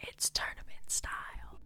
Wizards tournament style.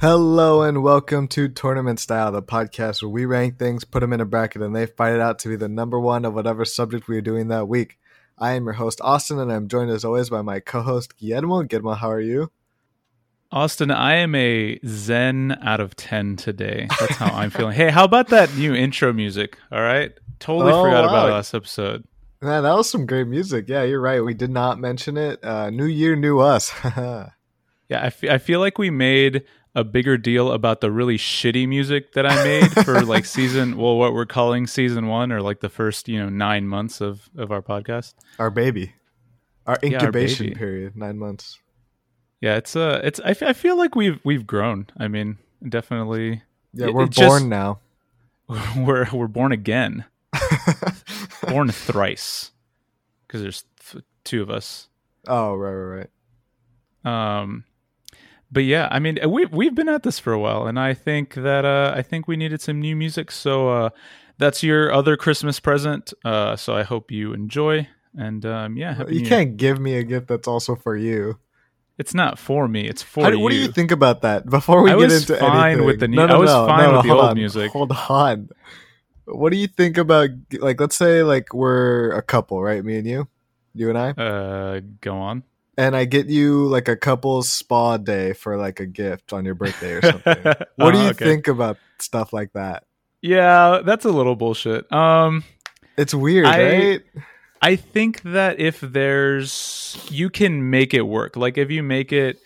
Hello and welcome to Tournament Style, the podcast where we rank things, put them in a bracket, and they fight it out to be the number one of whatever subject we are doing that week. I am your host, Austin, and I'm joined as always by my co host, Guillermo. Guillermo, how are you? Austin, I am a Zen out of 10 today. That's how I'm feeling. Hey, how about that new intro music? All right. Totally Oh, forgot about wow. last episode. Man, that was some great music. Yeah, you're right. We did not mention it. Uh, new year, new us. Yeah, I fe- I feel like we made a bigger deal about the really shitty music that I made for like season, well, what we're calling season one or like the first, you know, nine months of, of our podcast. our baby. Our Yeah, our incubation baby. period, nine months. Yeah, it's, uh, it's, I, f- I feel like we've, we've grown. I mean, definitely Yeah, It- we're it just- born now. we're, we're born again, born thrice because there's th- two of us. oh, right, right, right. Um, but yeah, I mean, we've we've been at this for a while, and I think that uh, I think we needed some new music. So uh, that's your other Christmas present. Uh, so I hope you enjoy, and um, yeah, happy you New Year. can't give me a gift that's also for you. It's not for me; it's for How do- you. What do you think about that? Before we I get was into fine anything, with the new- I was fine with the hold old on, music. Hold on. What do you think about like let's say like we're a couple, right? Me and you, you and I, Uh, go on. and I get you like a couple's spa day for like a gift on your birthday or something. Uh, what Oh, do you okay. think about stuff like that? Yeah, that's a little bullshit. Um, It's weird, I- right? I think that if there's you can make it work. Like if you make it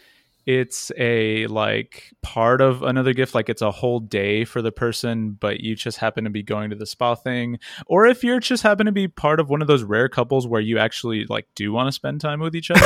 it's a like part of another gift like it's a whole day for the person but you just happen to be going to the spa thing or if you're just happen to be part of one of those rare couples where you actually like do want to spend time with each other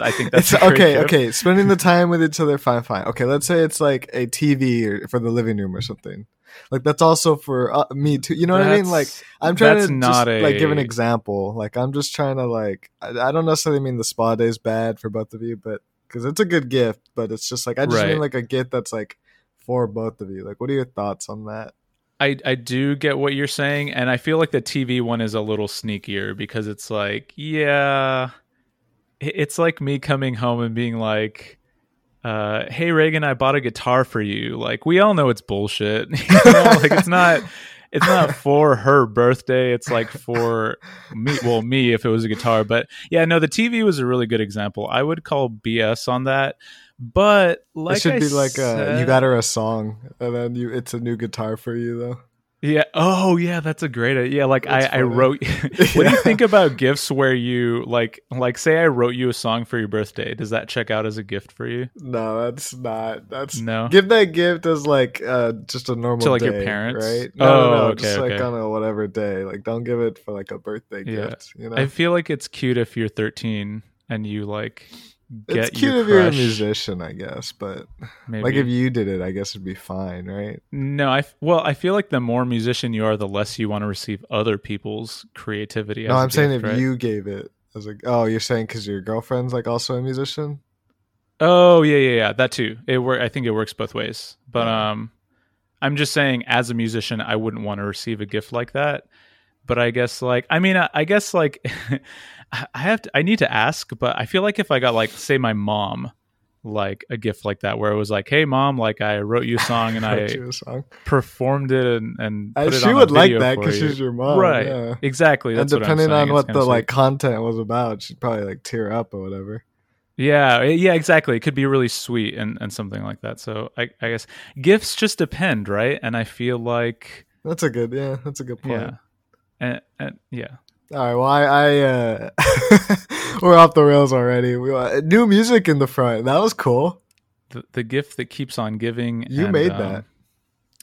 i think It's- that's a great okay. gift. Okay, spending the time with each other, fine, fine. Okay, let's say it's like a TV or, for the living room or something. Like that's also for uh, me too. You know what I mean? That's- Like I'm trying that's to not just, like give an a- example. Like I'm just trying to like I, I don't necessarily mean the spa day is bad for both of you, but because it's a good gift, but it's just like I just mean Right. like a gift that's like for both of you. Like, what are your thoughts on that? I, I do get what you're saying, and I feel like the TV one is a little sneakier because it's like, yeah, i- it's like me coming home and being like, uh, "Hey Reagan, I bought a guitar for you." Like we all know it's bullshit. You know? like it's not, it's not for her birthday. It's like for me. Well, me if it was a guitar, but yeah, no, the TV was a really good example. I would call BS on that, but like it should I be like uh said- you got her a song, and then you it's a new guitar for you though. Yeah. Oh, yeah. That's a great. idea. Yeah. Like I, That's I funny. wrote. what do Yeah. you think about gifts where you like, like, say I wrote you a song for your birthday? Does that check out as a gift for you? No, that's not. That's No. Give that gift as like uh just a normal To, like, your day, parents? right? No, no, Oh, no, okay, just like okay. on a whatever day. Like, don't give it for like a birthday Yeah. gift. You know, I feel like it's cute if you're 13 and you like get it's cute your if you're a crush, musician, I guess, but Maybe. like if you did it, I guess it'd be fine, right? no, I f- well, I feel like the more musician you are, the less you want to receive other people's creativity. no, as a I'm saying gift, if right? you gave it as like, oh, you're saying because your girlfriend's like also a musician. Oh yeah, yeah, yeah. That too. It work. I think it works both ways. But Yeah. um, I'm just saying, as a musician, I wouldn't want to receive a gift like that. But I guess, like, I mean, I, I guess, like, I I have to. I need to ask. But I feel like if I got, like, say, my mom, like, a gift like that, where it was like, "Hey, mom, like, I wrote you a song and Wrote I you a song. performed it and and Uh, put it she on a would like video that for because you." she's your mom, right. Yeah. Exactly. And That's what I'm depending saying, on it's what kinda the sweet. like content was about, she'd probably like tear up or whatever. Yeah, eh, yeah, exactly. It could be really sweet and, and something like that. So I, I guess gifts just depend, right? And I feel like That's a good yeah. That's a good point. yeah, and, and yeah, All right. Well, I, I uh, we're off the rails already. We, uh, new music in the front. That was cool. the, the gift that keeps on giving. You and, made um, that.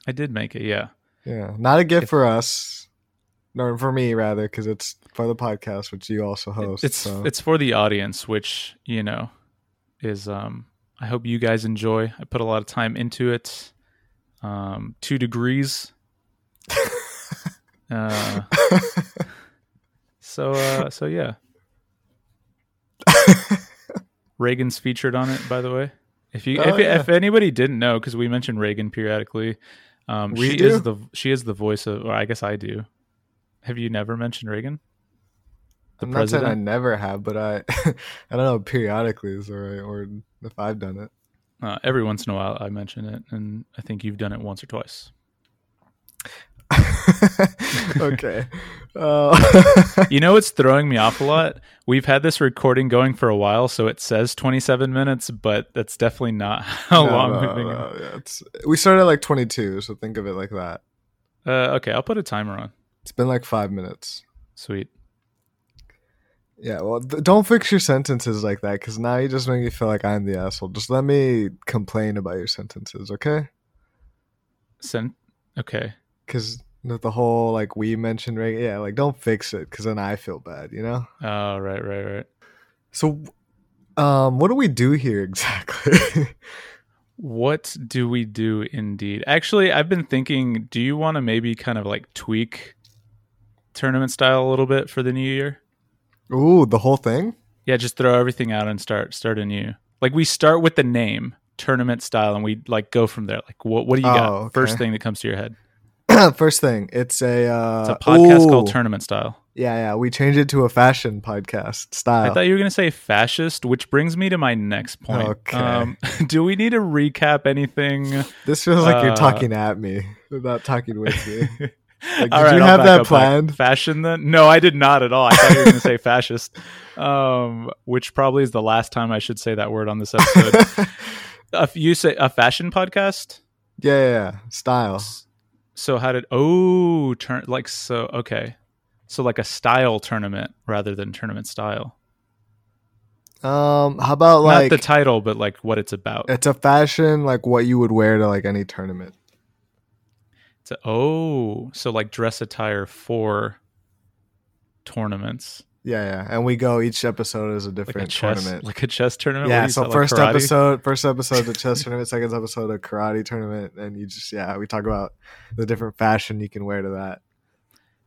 I did make it. Yeah, Yeah. Not a gift If- for us, nor for me rather, because it's for the podcast, which you also host. it's Oh, so. it's for the audience, which you know is. Um, I hope you guys enjoy. I put a lot of time into it. Um, two degrees. uh, so uh, so yeah, Reagan's featured on it, by the way. If you Oh, if, yeah. if anybody didn't know, because we mention Reagan periodically, um, We she do? is the she is the voice of. Or I guess I do. Have you never mentioned Reagan? The I'm not saying I president. never have, but I, I don't know. Periodically is the right word if I've done it. Uh, every once in a while, I mention it, and I think you've done it once or twice. okay. Uh, You know, it's throwing me off a lot. We've had this recording going for a while, so it says 27 minutes, but that's definitely not how no, long no, we've been. going. no, yeah, it's- we started at like 22, so think of it like that. Uh, okay, I'll put a timer on. It's been like five minutes. Sweet. Yeah, well, th- don't fix your sentences like that because now you just make me feel like I'm the asshole. Just let me complain about your sentences, okay? Sen- okay. Because the whole like we mentioned, right? Yeah, like don't fix it because then I feel bad, you know? Oh, right, right, right. So, um, what do we do here exactly? What do we do indeed? Actually, I've been thinking, do you want to maybe kind of like tweak tournament style a little bit for the new year? Ooh, the whole thing? Yeah, just throw everything out and start start anew. Like we start with the name, tournament style, and we like go from there. Like what what do you got? Oh, okay. First thing that comes to your head. First thing, it's a uh, It's a podcast ooh. called Tournament Style. Yeah, yeah, we changed it to a fashion podcast I style. thought you were going to say fascist, which brings me to my next point. Um, Okay. do we need to recap anything? this feels like you're uh, talking at me, not talking with me. did All you I'll have back that up, back- planned? Fashion then? No, I did not at all. I thought you were going to say fascist, um, which probably is the last time I should say that word on this episode. yeah, a, f- you say a fashion podcast? yeah, yeah, style. So how did oh turn like so okay, so like a style tournament rather than tournament style. Um, how about Not like Eh. the title, but like what it's about. it's a fashion like what you would wear to like any tournament? It's a, oh, so like dress attire for tournaments, Yeah, yeah, and we go each episode is a like different a chess, tournament. like a chess tournament. What yeah, is so that, like first karate? episode, first episode a chess tournament, second episode a karate tournament, and you just yeah, we talk about the different fashion you can wear to that.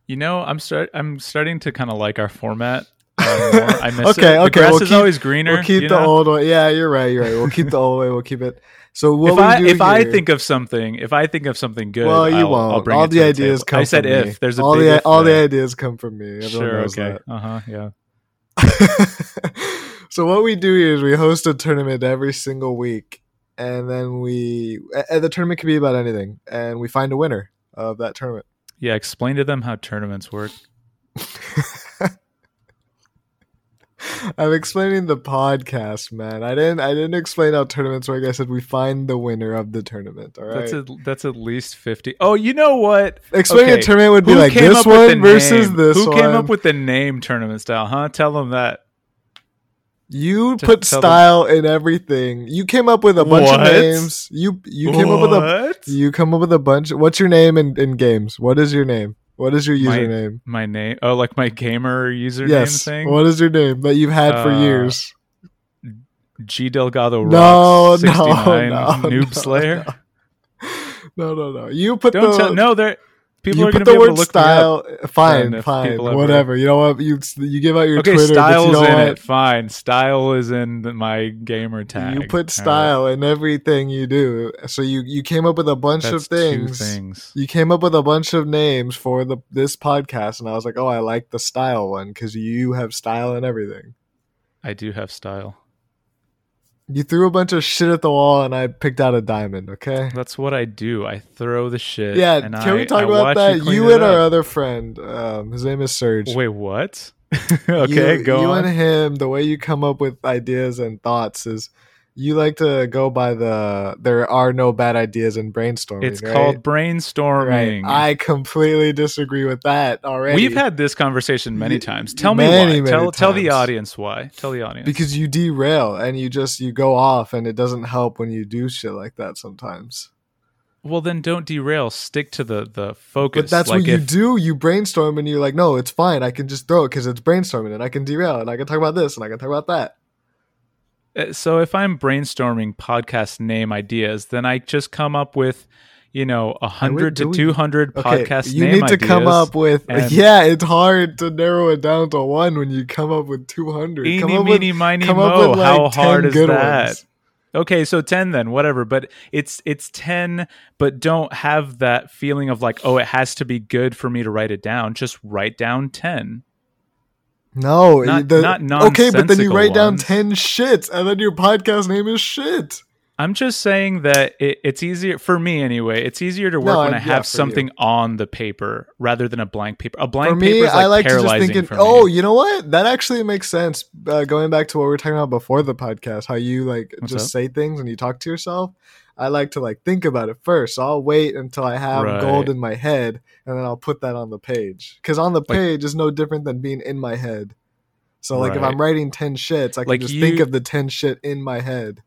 You know, I'm start. I'm starting to kind of like our format. uh, more. I miss it. Okay, The okay, grass we'll is keep- always greener. We'll keep you the know? old way. Yeah, you're right. You're right. We'll keep the old way. We'll keep it. So what if we I do if I here- think of something, if I think of something good, well, you I'll, won't. I'll bring all it to the, ideas table. come. I said from if me. there's a all big the if all the there. ideas come from me. Everyone sure knows okay uh huh yeah that. so what we do here is we host a tournament every single week, and then we a- and the tournament can be about anything, and we find a winner of that tournament. yeah. Explain to them how tournaments work. I'm explaining the podcast, man. I didn't. I didn't explain how tournaments work. I said we find the winner of the tournament. All right. That's at, that's at least fifty. Oh, you know what? Explaining Okay. a tournament would be Who like came this up with the one versus name? this Who one. came up with the name tournament style? Huh? Tell them that. you to put tell them- style in everything. You came up with a bunch What? of names. You you came up with a What? you come up with a bunch. What's your name in, in games? What is your name? What is your My username? my name. Oh, like my gamer username yes. thing. What is your name that you've had for Uh, years? G Delgado No, Rocks, no, 69 no, Noob no, Slayer. No, no, no. You put Don't the tell. No, they're people you are put going the to be able to word look Me up. style. then Fine, if fine, people ever- whatever. You know what? You you give out your Okay, Twitter. but you style's know in what? it. Fine, style is in the, my gamer tag. You put All right. style in everything you do. So you you came up with a bunch That's of things. Two things. You came up with a bunch of names for the this podcast, and I was like, oh, I like the style one because you have style in everything. I do have style. You threw a bunch of shit at the wall, and I picked out a diamond. Okay. That's what I do. I throw the shit. Yeah, and can I, we talk I about watch that? clean You, it and our up. other friend, um, his name is Serge. Wait, what? okay, you, go you on. and him the way you come up with ideas and thoughts is you like to go by the there are no bad ideas in brainstorming It's right? called brainstorming. right i completely disagree with that already We've had this conversation many Y- times. Tell me many, many why. tell tell the times. audience why. Tell the audience. because you derail and you just you go off and it doesn't help when you do shit like that sometimes Well, then don't derail. Stick to the the focus. but that's like what you if, do you brainstorm and you're like no it's fine i can just throw it because it's brainstorming and i can derail and i can talk about this and i can talk about that eh, Uh, So if I'm brainstorming podcast name ideas, then I just come up with, you know, hundred to do we- two hundred Okay, podcast you name need to come ideas. up with. and- yeah, it's hard to narrow it down to one when you come up with two hundred. Eeny, Come up with, meeny, miny, come up mo. with How like hard ten is good that? ones. Okay, so 10 then, whatever, but it's it's 10 but don't have that feeling of like, oh, it has to be good for me to write it down. Just write down 10. No, Not- the, not okay, but then you nonsensical write down ones. ten shits, and then your podcast name is shit. I'm just saying that it, it's easier for me anyway. It's easier to work No, when I yeah, have for something on the paper rather than a blank paper. A blank for me, paper is like I like to just paralyzing think. It, for me. oh, you know what? That actually makes sense. Uh, going back to what we were talking about before the podcast, how you like What's just up? say things and you talk to yourself. I like to like think about it first. So I'll wait until I have Right. gold in my head, and then I'll put that on the page. Because on the Like- page is no different than being in my head. So like if Right. I'm writing ten shits, I can Like just you- think of the ten shit in my head.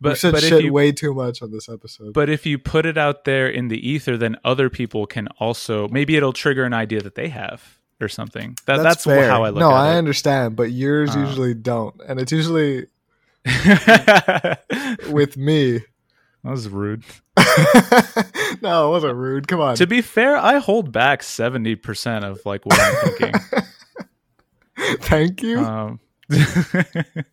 But, we but said but if shit you way too much on this episode. but if you put it out there in the ether, then other people can also maybe it'll trigger an idea that they have or something. That, that's fair. how I look No, at I it. understand, but yours Uh. usually don't, and it's usually that with me. was rude. no, it wasn't rude. Come on. To be fair, I hold back seventy percent of like what I'm thinking. Thank you. um,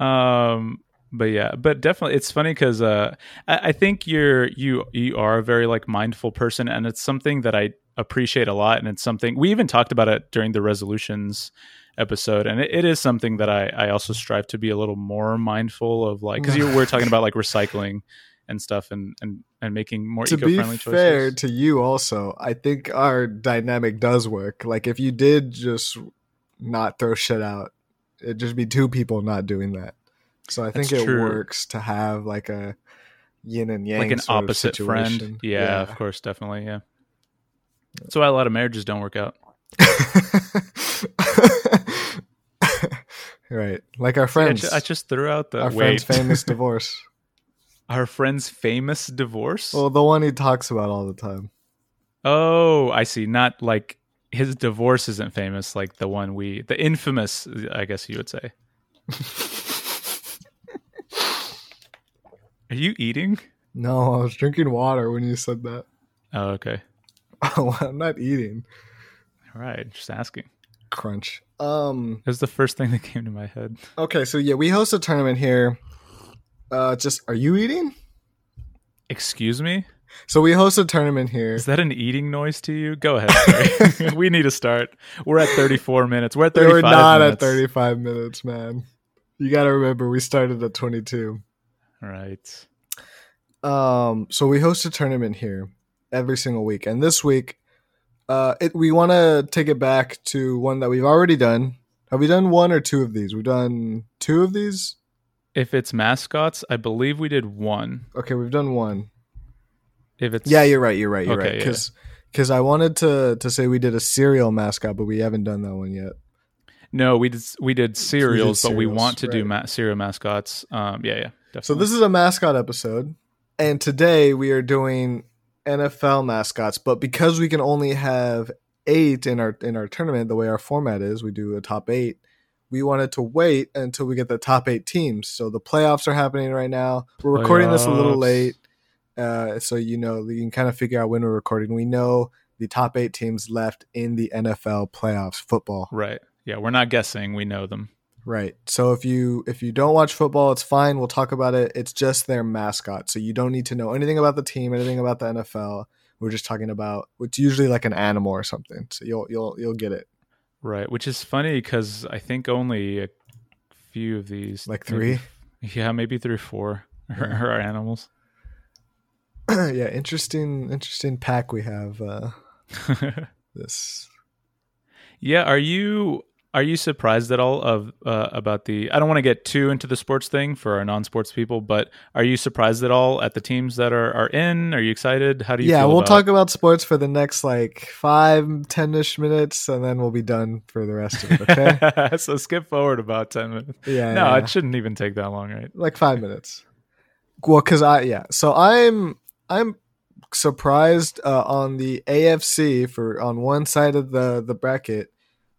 um, but yeah, but definitely, it's funny because uh, I, I think you're you you are a very like mindful person, and it's something that I appreciate a lot, and it's something we even talked about it during the resolutions episode, and it, it is something that I I also strive to be a little more mindful of, like because we're talking about like recycling and stuff, and and and making more to be eco-friendly fair choices. to you, also, I think our dynamic does work. Like, if you did just not throw shit out, it'd just be two people not doing that. So I think That's it true. works to have like a yin and yang, like an sort of opposite friend. situation. Yeah, of course, definitely. Yeah. That's why a lot of marriages don't work out. Yeah. right, like our I friends, ju- I just threw out the our friend's wait. famous divorce. our friend's famous divorce. Well, the one he talks about all the time. oh, I see. Not like his divorce isn't famous, like the one we, the infamous, I guess you would say. Are you eating? No, I was drinking water when you said that. Oh, okay. Oh, I'm not eating. All right, just asking. Crunch. Um. It was the first thing that came to my head. Okay, so yeah, we host a tournament here. Uh, just are you eating? Excuse me? So we host a tournament here. Is that an eating noise to you? Go ahead. Sorry. we need to start. We're at 34 minutes. We're at We 35 We're not minutes. at 35 minutes, man. You got to remember we started at 22. All right. um so we host a tournament here every single week and this week uh it we want to take it back to one that we've already done have we done one or two of these we've done two of these If it's mascots, I believe we did one. okay we've done one If it's yeah you're right you're right you're Okay, right yeah. because i wanted to to say we did a cereal mascot but we haven't done that one yet No, we did we did cereals, but we cereals, want to do right. ma- cereal mascots. Um, yeah, yeah. Definitely. so this is a mascot episode and today we are doing nfl mascots but because we can only have eight in our in our tournament the way our format is we do a top eight we wanted to wait until we get the top eight teams so the playoffs are happening right now we're recording this a little Playoffs. late uh, so you know you can kind of figure out when we're recording we know the top eight teams left in the nfl playoffs football right. Yeah, we're not guessing. We know them. Right. So if you if you don't watch football, it's fine. We'll talk about it. It's just their mascot. So you don't need to know anything about the team, anything about the NFL. We're just talking about it's usually like an animal or something. So you'll you'll you'll get it. Right, which is funny because I think only a few of these, Like maybe- three. yeah, maybe three or four are, Yeah. are animals. yeah, interesting interesting pack we have uh this. yeah, are you are you surprised at all of uh, about the? I don't want to get too into the sports thing for our non-sports people, but are you surprised at all at the teams that are are in? Are you excited? How do you? Yeah, feel we'll about- talk about sports for the next like five, ten ish minutes, and then we'll be done for the rest of it. Okay. so skip forward about ten minutes. yeah. no, yeah. it shouldn't even take that long, right? like five minutes. Well, because I yeah, so I'm I'm surprised uh, on the AFC for on one side of the the bracket,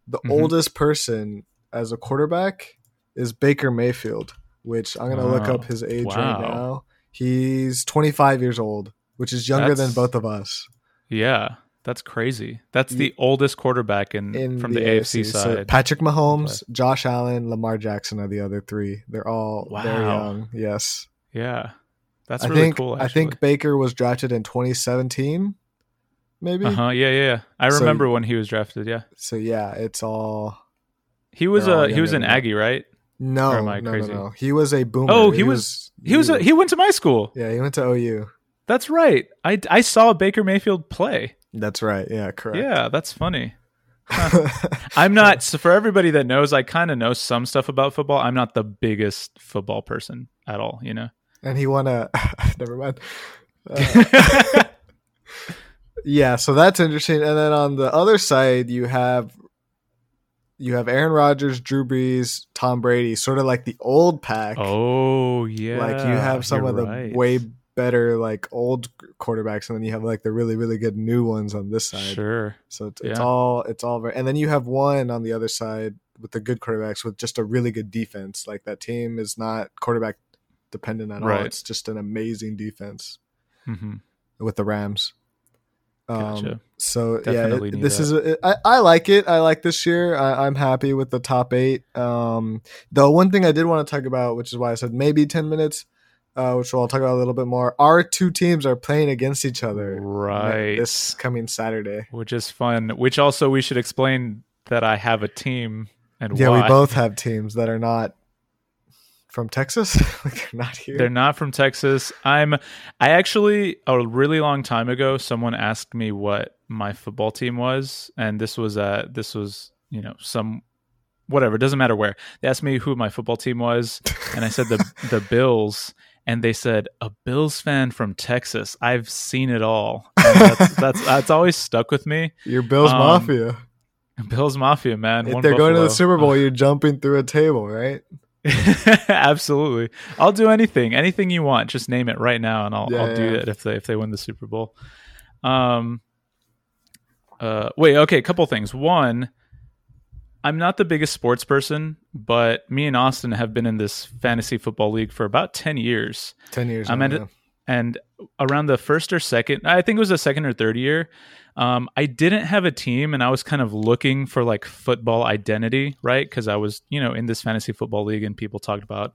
the Mhm. oldest person as a quarterback is Baker Mayfield, which I'm gonna look Wow. up his age Wow. right now. He's 25 years old, which is younger That's- than both of us Yeah, that's crazy. That's Ye- the oldest quarterback in, in from the, AFC, So side. Patrick Mahomes, Josh Allen, Lamar Jackson are the other three. They're all very Wow. young. Yes, yeah, that's I really think cool. I think Baker was drafted in 2017, maybe. Uh huh. Yeah, yeah, yeah. I So- remember when he was drafted. Yeah, So yeah, it's all he was They're all a he was younger than an that. Aggie, right? no, Or am I no, crazy? no, no. He was a boomer. Oh, he was- He was a, you. he went to my school. yeah, he went to OU. That's right. I I saw Baker Mayfield play. That's right. Yeah, correct. Yeah, that's funny. Yeah. I'm not so for everybody that knows. I kind of know some stuff about football. I'm not the biggest football person at all. You know. and he won a. never mind. Uh, yeah, so that's interesting. And then on the other side, you have you have Aaron Rodgers, Drew Brees, Tom Brady, sort of like the old pack. oh yeah. like you have some you're of the right. way better like old quarterbacks, and then you have like the really really good new ones on this side. Sure. So it's, it's Yeah. all it's all very, and then you have one on the other side with the good quarterbacks with just a really good defense. Like that team is not quarterback dependent at all. Right. It's just an amazing defense hmm with the Rams. Um, Gotcha. So Definitely yeah, it, need this that. is a- I I like it. I like this year. I, I'm happy with the top eight. Um, the one thing I did want to talk about, which is why I said maybe ten minutes, uh, which we'll talk about a little bit more. Our two teams are playing against each other ne- Right. this coming Saturday. which is fun. Which also we should explain that I have a team and Yeah, why. we both have teams that are not from Texas. like they're not here. They're not from Texas. I'm I actually a really long time ago someone asked me what my football team was and this was uh this was, you know, some whatever, it doesn't matter where. They asked me who my football team was and I said the the Bills and they said a Bills fan from Texas. I've seen it all. And that's, that's that's always stuck with me. Your Bills Um, Mafia. Bills Mafia, man. If one they're going to Buffalo. the Super Bowl, you're jumping through a table, right? Absolutely. I'll do anything, anything you want. Just name it right now, and I'll, Yeah, I'll do yeah. it if they if they win the Super Bowl. Um. Uh. Wait. Okay. A couple things. One. I'm not the biggest sports person, but me and Austin have been in this fantasy football league for about 10 years Ten years. I'm now, at yeah. and around the first or second i think it was the second or third year um, i didn't have a team and i was kind of looking for like football identity right because i was you know in this fantasy football league and people talked about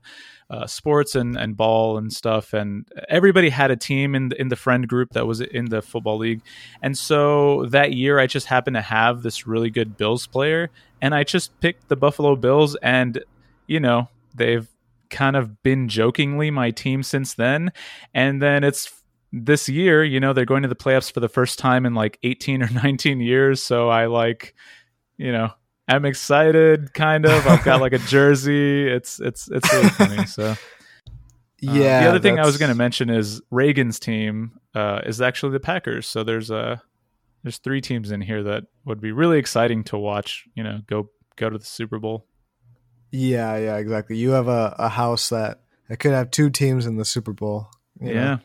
uh, sports and, and ball and stuff and everybody had a team in the, in the friend group that was in the football league and so that year i just happened to have this really good bills player and i just picked the buffalo bills and you know they've kind of been jokingly my team since then and then it's this year, you know, they're going to the playoffs for the first time in like 18 or 19 years. So I like, you know, I'm excited kind of. I've got like a jersey. It's it's it's really funny. So uh, Yeah. the other thing I was that's- gonna mention is Reagan's team uh is actually the Packers. So there's uh there's three teams in here that would be really exciting to watch, you know, go go to the Super Bowl. Yeah, yeah, exactly. You have a, a house that I could have two teams in the Super Bowl. you know? Yeah.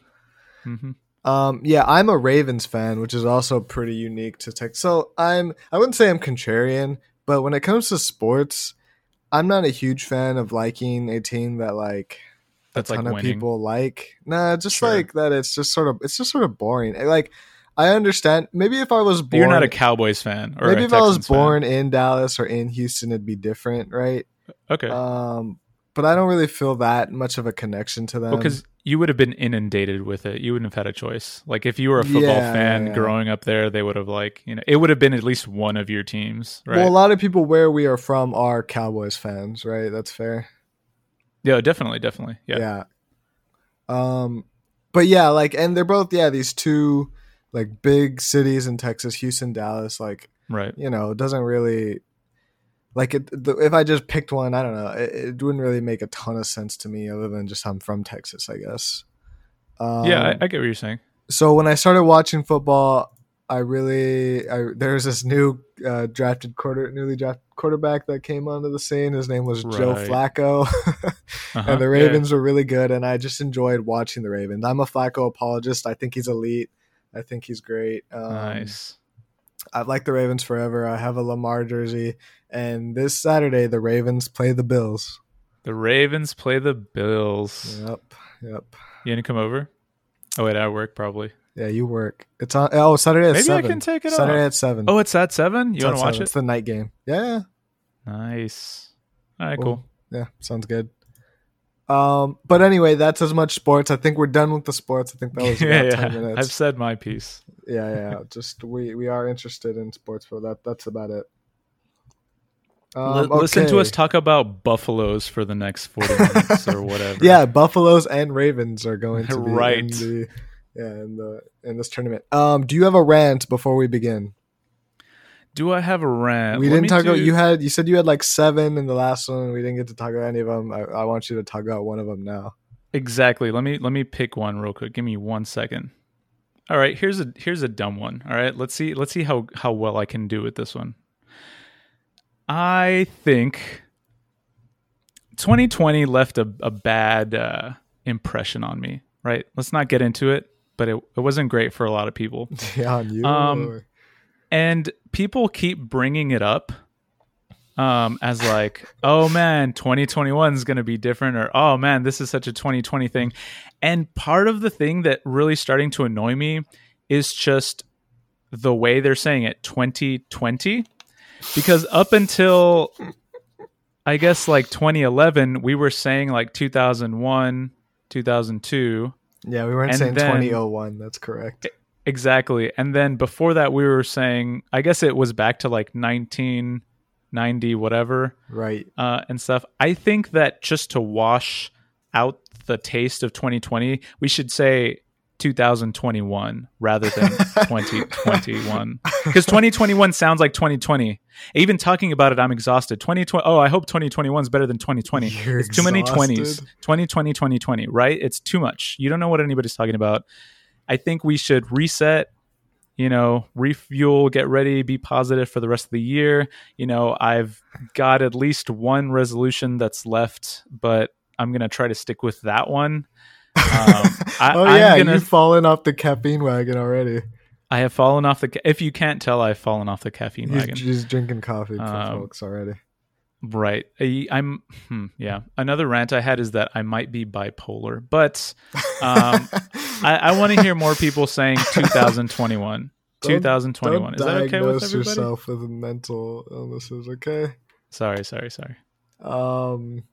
hmm Um, yeah, I'm a Ravens fan, which is also pretty unique to Texas. So I'm I wouldn't say I'm contrarian, but when it comes to sports, I'm not a huge fan of liking a team that like That's a like ton of winning. people like. Nah, just Sure. like that it's just sort of it's just sort of boring. Eh, Like I understand maybe if I was born You're not a Cowboys fan or maybe a if I was Texans fan. born in Dallas or in Houston it'd be different, right? Okay. Um, but I don't really feel that much of a connection to them. because you would have been inundated with it. You wouldn't have had a choice. Like if you were a football Yeah, fan yeah, yeah. growing up there, they would have like you know it would have been at least one of your teams, right? well, a lot of people where we are from are Cowboys fans, right? That's fair. yeah, definitely, definitely. Yeah, Um, but yeah, like, and they're both yeah these two like big cities in Texas, Houston, Dallas. Like, right. you know, it doesn't really like it. The, if I just picked one, I don't know, it, it wouldn't really make a ton of sense to me, other than just I'm from Texas, I guess. Um, yeah, I, I get what you're saying. so when I started watching football, I really I, there was this new uh, drafted quarter newly drafted quarterback that came onto the scene. His name was Joe Right. Flacco, Uh-huh. and the Yeah. Ravens were really good. And I just enjoyed watching the Ravens. I'm a Flacco apologist. I think he's elite. I think he's great. Um, nice. I've liked the Ravens forever. I have a Lamar jersey, and this Saturday the Ravens play the Bills. The Ravens play the Bills. Yep, yep. You gonna come over? Oh wait, I work probably. Yeah, you work. It's on. Oh, Saturday at Maybe I seven. can take it Saturday off. at seven. Oh, it's at seven. It's You want on to watch seven. it? It's the night game. Yeah, Nice. All right, Cool. cool. yeah, sounds good. Um, but anyway, that's as much sports. I think we're done with the sports. I think that was yeah, about yeah. ten minutes. I've said my piece. yeah, yeah. Just we we are interested in sports, but that that's about it. Um, Li- Listen to okay. us talk about buffaloes for the next forty minutes or whatever. Yeah, Buffaloes and Ravens are going to be in Right. the yeah in the in this tournament. Um, do you have a rant before we begin? Do I have a rant? we Uh, Let didn't me talk do- about you had you said you had like seven in the last one. We didn't get to talk about any of them. I, I want you to talk about one of them now. Exactly. Let me let me pick one real quick. Give me one second. All right, here's a here's a dumb one. All right, let's see let's see how how well I can do with this one. I think 2020 left a a bad uh, impression on me. Right. Let's not get into it, but it, it wasn't great for a lot of people. Yeah, on you. Um, or- and people keep bringing it up um as like oh man 2021 is going to be different or oh man this is such a 2020 thing and part of the thing that really starting to annoy me is just the way they're saying it 2020 because up until i guess like 2011 we were saying like 2001 2002 yeah, we weren't and saying then- Eh, twenty oh one. That's correct. Exactly. And then before that, we were saying, I guess it was back to like 1990, whatever, Right. uh, and stuff. I think that just to wash out the taste of 2020, we should say 2021 rather than 2021. Because 2021 sounds like 2020. Even talking about it, I'm exhausted. 2020. Oh, I hope 2021 is better than 2020. You're it's too many Um, exhausted. 20s. 2020, 2020, right? It's too much. You don't know what anybody's talking about. I think we should reset, you know, refuel, get ready, be positive for the rest of the year. You know, I've got at least one resolution that's left, but I'm going to try to stick with that one. Um, I, oh I'm yeah, gonna- you've fallen off the caffeine wagon already. I have fallen off the. Ca- if you can't tell, I've fallen off the caffeine He's, wagon. he's drinking coffee for Um, folks already. Right. I, am Hmm, yeah. Another rant I had is that I might be bipolar, but um, I, I want to hear more people saying 2021. Don't- 2021. Don't is that okay with diagnose everybody? yourself with mental illnesses, okay? Sorry, sorry, sorry. Um,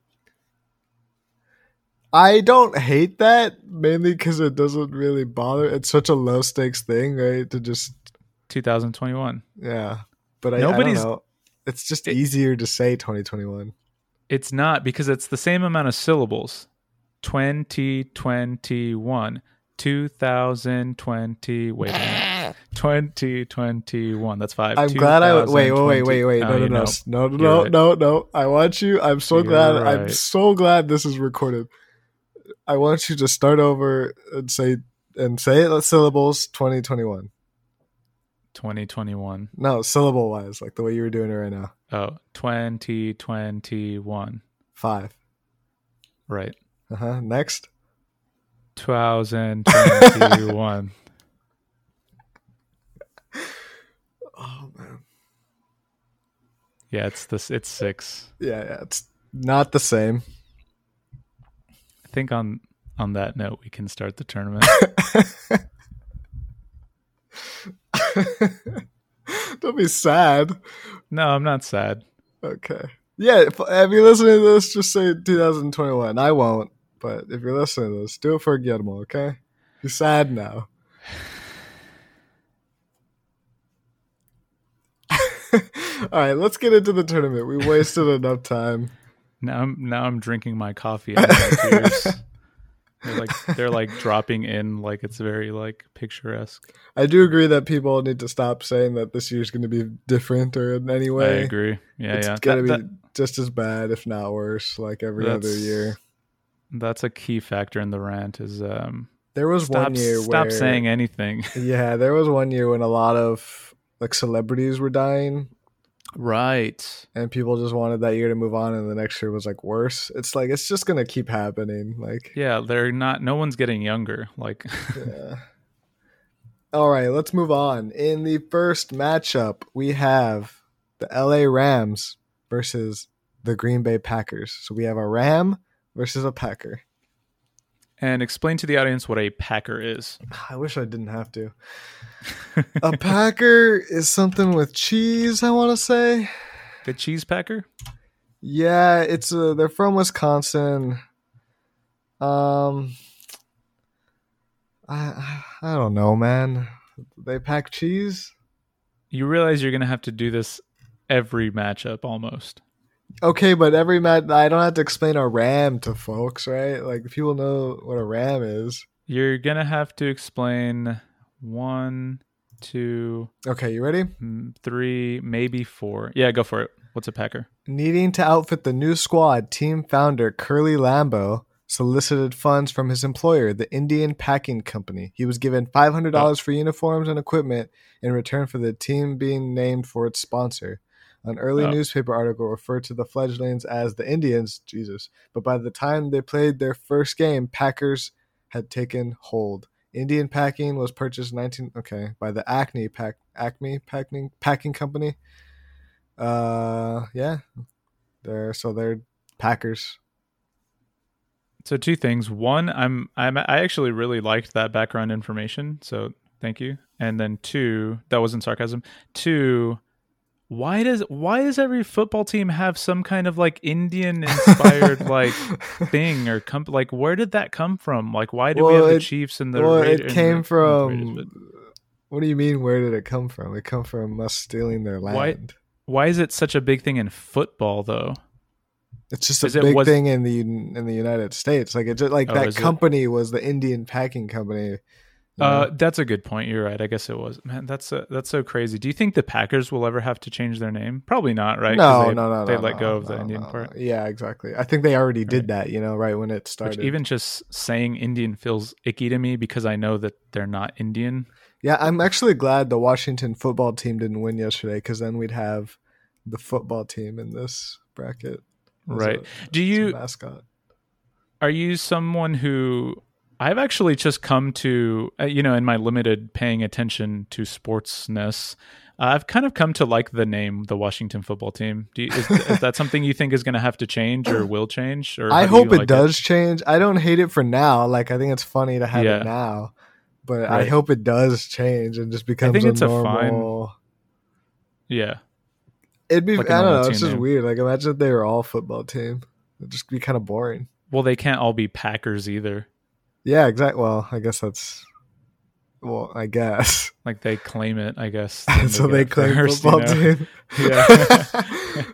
I don't hate that mainly because it doesn't really bother. It's such a low stakes thing, right? To just 2021. yeah, but I, Nobody's, Nobody's- It's just It- easier to say 2021. It's not because it's the same amount of syllables. 2021. 2020. Wait. a minute. 2021. That's five. I'm glad I wait, wait, wait, 2020. wait, wait. Oh, No, no, you no, know. s- no, no, You're no, right. no, no. I want you. I'm so You're glad. I'm right. so glad this is recorded. I want you to start over and say and say it syllables 2021. 2021. No, syllable wise, like the way you were doing it right now. Oh, 2021. Five. Right. Uh huh. Next. 2021. Oh man. yeah, it's this it's 6. Yeah, yeah. It's not the same. I think on on that note we can start the tournament. Don't be sad. no, I'm not sad. Okay. Yeah. If, if you're listening to this, just say 2021. I won't. But if you're listening to this, do it for Guillermo. Okay. You're sad now. All right. Let's get into the tournament. We wasted enough time. Now I'm now I'm drinking my coffee out of my tears. They're like they're like dropping in like it's very like picturesque. I do agree that people need to stop saying that this year's going to be different or in any I way. agree. Yeah, it's yeah. gonna That- be that- just as bad, if not worse, like every other that's- year. That's a key factor in the rant is um There was stop one year stop where, saying anything. yeah, there was one year when a lot of like celebrities were dying, right. and people just wanted that year to move on, and the next year was like worse. It's like it's just gonna keep happening. Like, Yeah, they're not no one's getting younger. Like yeah. All right, let's move on. In the first matchup, we have the LA Rams versus the Green Bay Packers. So we have a Ram versus a Packer. and explain to the audience what a packer is. I wish I didn't have to. A packer is something with cheese, I want to say. The cheese packer? Yeah, it's uh they're from Wisconsin. Um I I don't know, man. They pack cheese? You realize you're going to have to do this every matchup almost. Okay, but every mat I don't have to explain a ram to folks, right? Like people know what a ram is. You're going to have to explain one, two, Okay, you ready? m- three, maybe four. Yeah, go for it. What's a packer? Needing to outfit the new squad, team founder Curly Lambeau solicited funds from his employer, the Indian Packing Company. He was given $500 for uniforms and equipment in return for the team being named for its sponsor. An early Oh. newspaper article referred to the fledglings as the Indians, Jesus, but by the time they played their first game, Packers had taken hold. Indian Packing was purchased 19 okay by the Acme Pack Acme Packing Packing Company. Uh yeah. They're so they're Packers. So two things. One, I'm I'm I actually really liked that background information. So thank you. And then two, that wasn't sarcasm. Two, why does why does every football team have some kind of like Indian inspired like thing or comp like where did that come from? Like why do we Well, have the it- Chiefs and the Well, Raid- it and the- came not the Raiders, from but- What do you mean where did it come from? It come from us stealing their land. Why- why is it such a big thing in football though? It's just a Is it- big was- thing in the in the United States. Like it just, like Oh, that is it? company was the Indian packing company. you know? Uh, that's a good point. You're right. I guess it was. Man, that's a, that's so crazy. Do you think the Packers will ever have to change their name? Probably not, right? 'Cause no, they, no, no, They no, let no, go of the no, Indian no, no. part. Yeah, exactly. I think they already did that. You know, right when it Which started. even just saying Indian feels icky to me because I know that they're not Indian. yeah, I'm actually glad the Washington football team didn't win yesterday because then we'd have the football team in this bracket. as Right. a- Do as a you mascot? are you someone who I've actually just come to uh, you know in my limited paying attention to sportsness. I've kind of come to like the name, the Washington football team. Do you, is, is that something you think is going to have to change or will change? Or I how do you hope it like does change. I don't hate it for now. Like I think it's funny to have Yeah. it now, but I Right. hope it does change and just becomes think a it's a fine- normal. Yeah. It'd be Like a I don't normal know. It's team just name. weird. Like imagine if they were all football team. It'd just be kind of boring. Well, they can't all be Packers either. Yeah, exactly. Well, I guess that's. Well, I guess. Like they claim it, I guess. so they get it claim first, you football know? team. Yeah.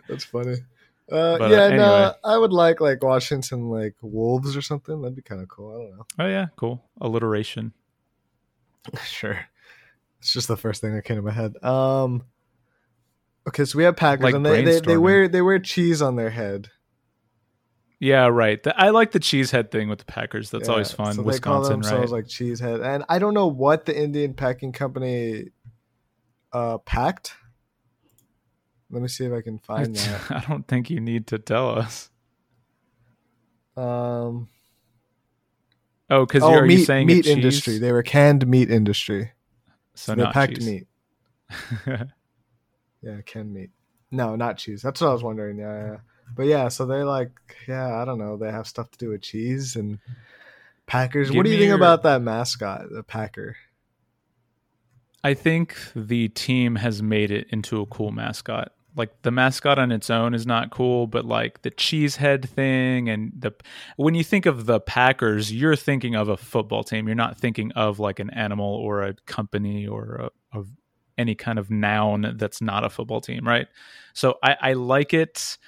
that's funny. Uh, But, uh, yeah, anyway. no, I would like like Washington, like Wolves or something. That'd be kind of cool. I don't know. Oh yeah, cool. Alliteration. Sure, it's just the first thing that came to my head. Um, okay, so we have Packers, Like and they, they they brainstorming. wear they wear cheese on their head. Yeah, right. The- I like the cheesehead thing with the Packers. That's Yeah, always fun. So they Wisconsin, call right? themselves like Cheesehead, and I don't know what the Indian packing company uh, packed. Let me see if I can find that. I don't think you need to tell us. Um, Oh, because oh, you're meat, you saying meat it's cheese? industry. They were canned meat industry. so they not packed cheese. meat. Yeah, canned meat. No, not cheese. That's what I was wondering. Yeah, yeah. But yeah, so they like, yeah, I don't know. They have stuff to do with cheese and Packers. Give what do you me think your- about that mascot, the Packer? I think the team has made it into a cool mascot. Like the mascot on its own is not cool, but like the cheesehead thing and the when you think of the Packers, you're thinking of a football team. You're not thinking of like an animal or a company or a, of any kind of noun that's not a football team, right? So I, I like it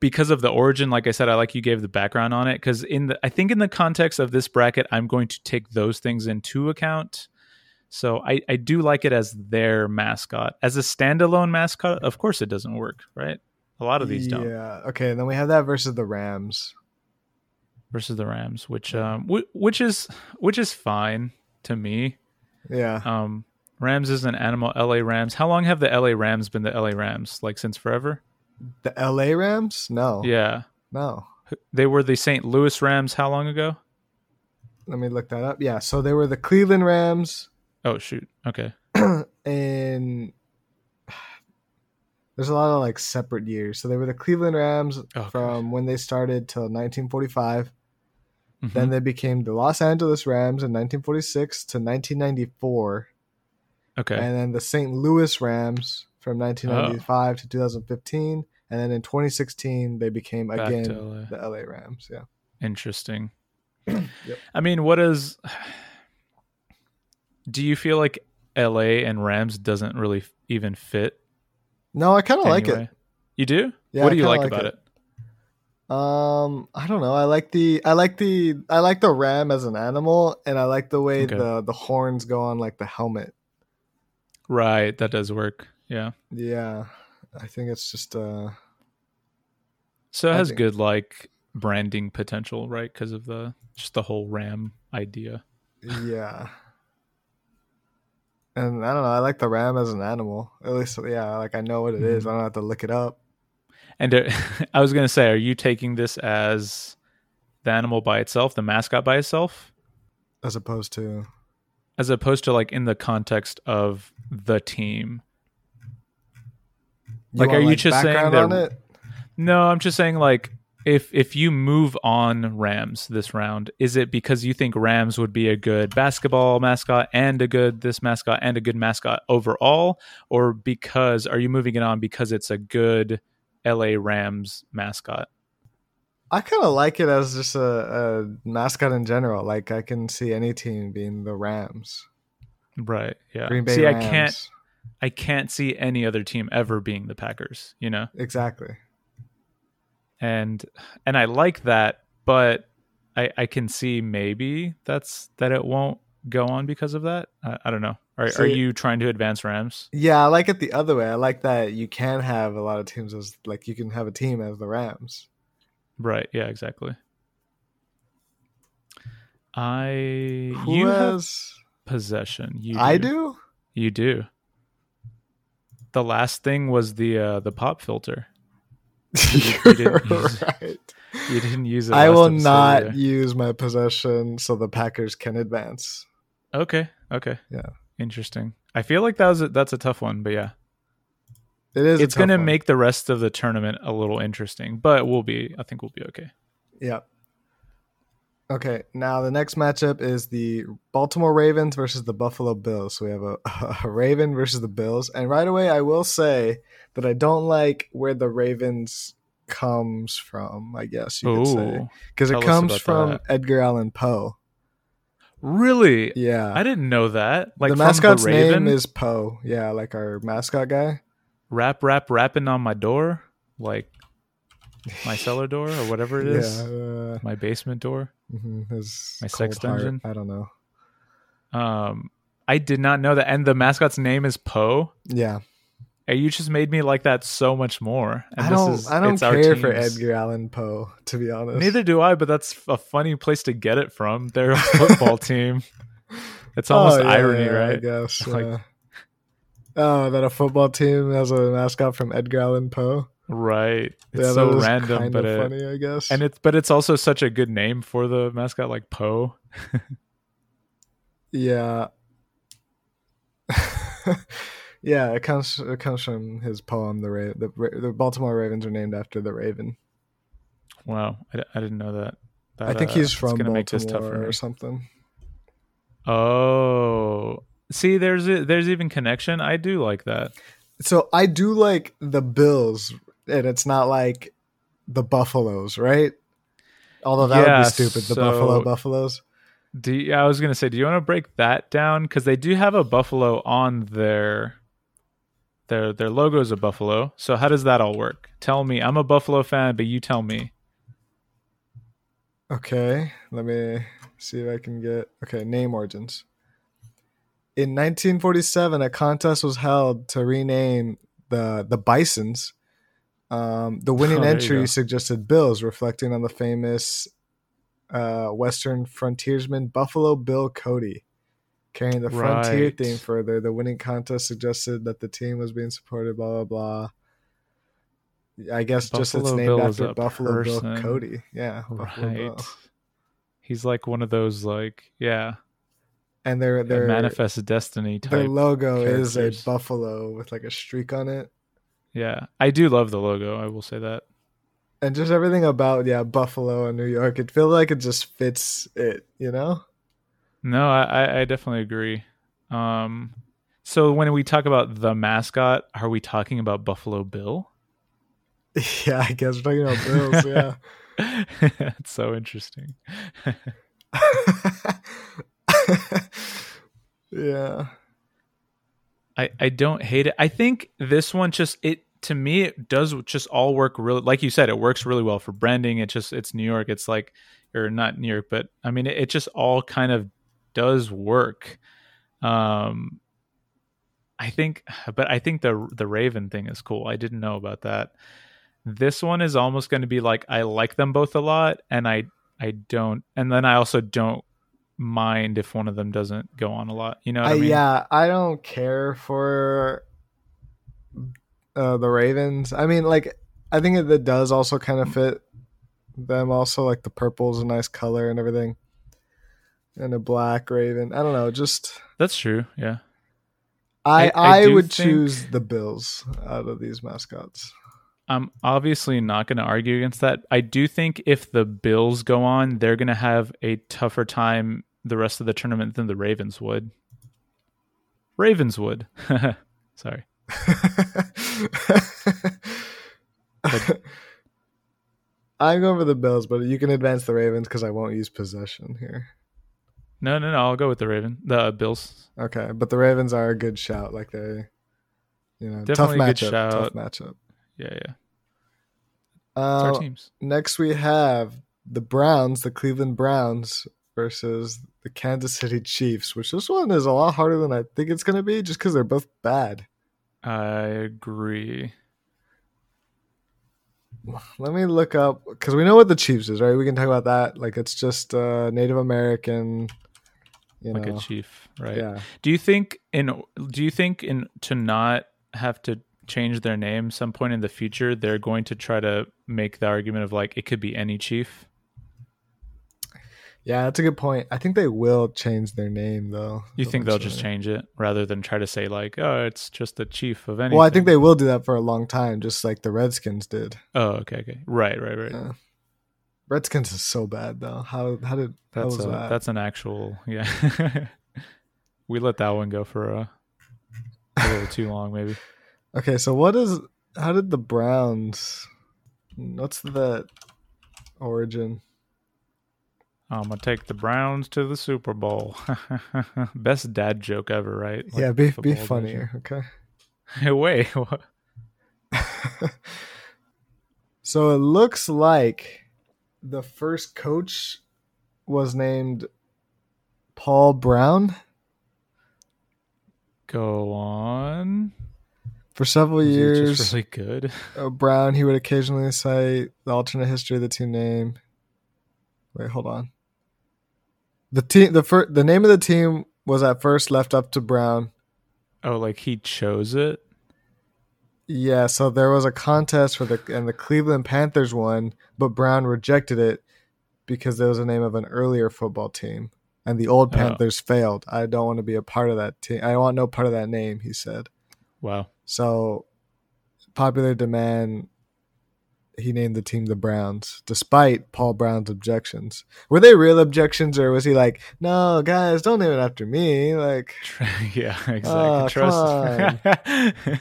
because of the origin. Like I said, I like you gave the background on it because in the I think in the context of this bracket, I'm going to take those things into account. So I, I do like it as their mascot. As a standalone mascot, of course it doesn't work, right? A lot of these don't Yeah. Okay, and then we have that versus the Rams. versus the Rams, which Mm-hmm. um w- which is which is fine to me. Yeah. Um Rams is an animal, LA Rams. How long have the LA Rams been the LA Rams? Like since forever? The LA Rams? No. Yeah. No. They were the St. Louis Rams how long ago? Let me look that up. Yeah. So they were the Cleveland Rams Oh shoot. Okay. and there's a lot of like separate years. So they were the Cleveland Rams Oh, God. from when they started till 1945. Mm-hmm. Then they became the Los Angeles Rams in 1946 to 1994, Okay. and then the St. Louis Rams from Oh. 1995 to 2015, and then in 2016 they became Back again to LA. the LA Rams. Yeah, Interesting. Yep. I mean, what is Do you feel like LA and Rams doesn't really f- even fit? no, I kind of like it. anyway? You do? Yeah, what I do you kinda like, like about it. it? Um, I don't know. I like the I like the I like the ram as an animal, and I like the way Okay. the the horns go on like the helmet. Right, that does work. Yeah. Yeah, I think it's just uh, So it I has think- good like branding potential, right? Because of the just the whole Ram idea. yeah. And I don't know. I like the ram as an animal. At least, yeah. Like I know what it is. I Mm-hmm. don't have to look it up. And uh, I was gonna say, are you taking this as the animal by itself, the mascot by itself, As opposed to, as opposed to like in the context of the team? Like, want, are you just saying background that- on it? No, I'm just saying like if if you move on Rams this round, is it because you think Rams would be a good basketball mascot and a good this mascot and a good mascot overall or because are you moving it on because it's a good LA Rams mascot? I kind of like it as just a, a mascot in general. Like I can see any team being the Rams. Right. Yeah. Green Bay see, Rams. I can't I can't see any other team ever being the Packers, you know? Exactly. and and I like that, but I I can see maybe that's that it won't go on because of that. I, I don't know. Are are See- you trying to advance Rams? Yeah, I like it the other way. I like that you can have a lot of teams as like you can have a team as the Rams. Right. Yeah. Exactly. I Who you have has? possession. You I do. You do. The last thing was the uh, the pop filter. you You're didn't use- right. You didn't use it. I last will episode not either. use my possession so the Packers can advance. Okay. Okay. Yeah. Interesting. I feel like that was a, that's a tough one, but yeah. It is. a it's going to tough one. make the rest of the tournament a little interesting, but we'll be, I think we'll be okay. Yeah. Okay. Now the next matchup is the Baltimore Ravens versus the Buffalo Bills. So we have a, a Raven versus the Bills, and right away I will say that I don't like where the Ravens comes from. I guess you could say. Oh, because it Tell us comes about from that. Edgar Allan Poe. really? Yeah, I didn't know that. Like the from mascot's the Raven, name is Poe. Yeah, like our mascot guy. rap, rap, rapping on my door, like my cellar door or whatever it is, Yeah, uh, my basement door. mhm, his My cold sex heart. dungeon? I don't know. Um, I did not know that. And the mascot's name is Poe. Yeah, And you just made me like that so much more. And I don't. This is, I don't it's our care for teams. Edgar Allan Poe to be honest. Neither do I, but that's a funny place to get it from. They're a football team. It's almost Oh, yeah, irony, yeah, I right? guess. Like- yeah. Oh, that a football team has a mascot from Edgar Allan Poe. Right. It's yeah, so that is random, kind but of it, funny, I guess. and it's but it's also such a good name for the mascot, like Poe. yeah, yeah, it comes it comes from his poem. The Ra- the, Ra- the Baltimore Ravens are named after the Raven. Wow, I, d- I didn't know that. I That, think uh, he's it's from gonna Baltimore make this tough for me. or something. Oh, see, there's a, there's even connection. I do like that. So I do like the Bills, and it's not like the Buffaloes, right? Although that Yeah, would be stupid. The so- Buffalo Buffaloes. Do you, I was gonna say, do you want to break that down? Because they do have a buffalo on their their their logo is a buffalo. So how does that all work? Tell me. I'm a buffalo fan, but you tell me. Okay, let me see if I can get. Okay, name origins. In 1947, a contest was held to rename the the Bisons. Um, the winning Oh, there you go. entry suggested Bills, reflecting on the famous uh, Western frontiersman Buffalo Bill Cody. Carrying the frontier Right. theme further, the winning contest suggested that the team was being supported. Blah blah blah. I guess just it's Buffalo named Bill is after a Buffalo Bill person. Cody. Yeah, Buffalo Bill. Right. He's like one of those like yeah, and their their their manifest destiny their type. logo is characters. a buffalo with like a streak on it. yeah, I do love the logo. I will say that. and just everything about yeah Buffalo and New York. It feels like it just fits it, you know. No, I, I definitely agree. Um, so when we talk about the mascot, are we talking about Buffalo Bill? Yeah, I guess we're talking about Bills. Yeah. That's so interesting. yeah. I, I don't hate it. I think this one just it to me it does just all work really like you said it works really well for branding. It just it's New York. It's like or not New York, but I mean it, it just all kind of does work. Um I think but I think the the Raven thing is cool. I didn't know about that. This one is almost going to be like I like them both a lot and I I don't and then I also don't mind if one of them doesn't go on a lot. You know what I, I- mean? yeah, I don't care for uh, the Ravens. I mean, like, I think it, it does also kind of fit them. Also, like the purple's a nice color and everything, and a black Raven. I don't know. Just That's true. Yeah. I I- I I, do would think- choose the Bills out of these mascots. I'm obviously not going to argue against that. I do think if the Bills go on, they're going to have a tougher time the rest of the tournament than the Ravens would. Ravens would. Sorry. I'm going for the Bills, but you can advance the Ravens because I won't use possession here. No, no, no. I'll go with the Raven. The uh, Bills. Okay, but the Ravens are a good shout. Like they, you know, Definitely a tough matchup. good Tough shout. matchup. Yeah, yeah. It's Uh, our teams. next, we have the Browns, the Cleveland Browns versus the Kansas City Chiefs. Which this one is a lot harder than I think it's going to be, just because they're both bad. I agree. Let me look up because we know what the Chiefs is, right? We can talk about that. Like it's just uh, Native American, you Like know. a chief, right? Yeah, Do you think in do you think in to not have to change their name some point in the future, they're going to try to make the argument of like it could be any chief? yeah, that's a good point. I think they will change their name though. You think they'll just eventually. change it rather than try to say like, oh, it's just the chief of anything? Well, I think they will do that for a long time, just like the Redskins did. Oh, okay, okay, right, right, right. Yeah. Redskins is so bad though. How how did how that's was a, that? that's an actual yeah. we let that one go for a, a little too long, maybe. Okay, so what is how did the Browns? What's the origin? I'm gonna take the Browns to the Super Bowl. Best dad joke ever, right? Like yeah, be be football funnier. Okay. version. Wait, what? So it looks like the first coach was named Paul Brown go on. for several Was he just years. really good. Uh, Brown, he would occasionally cite the alternate history of the team name. Wait, hold on. The team, the fir- the name of the team was at first left up to Brown. Oh, like he chose it. Yeah, so there was a contest for the and the Cleveland Panthers won, but Brown rejected it because there was a name of an earlier football team, and the old Oh. Panthers failed. I don't want to be a part of that team. I want no part of that name. He said. Wow. So, popular demand, he named the team the Browns, despite Paul Brown's objections. Were they real objections, or was he like, no, guys, don't name it after me? Like, Tr- yeah, exactly. Oh, Trust.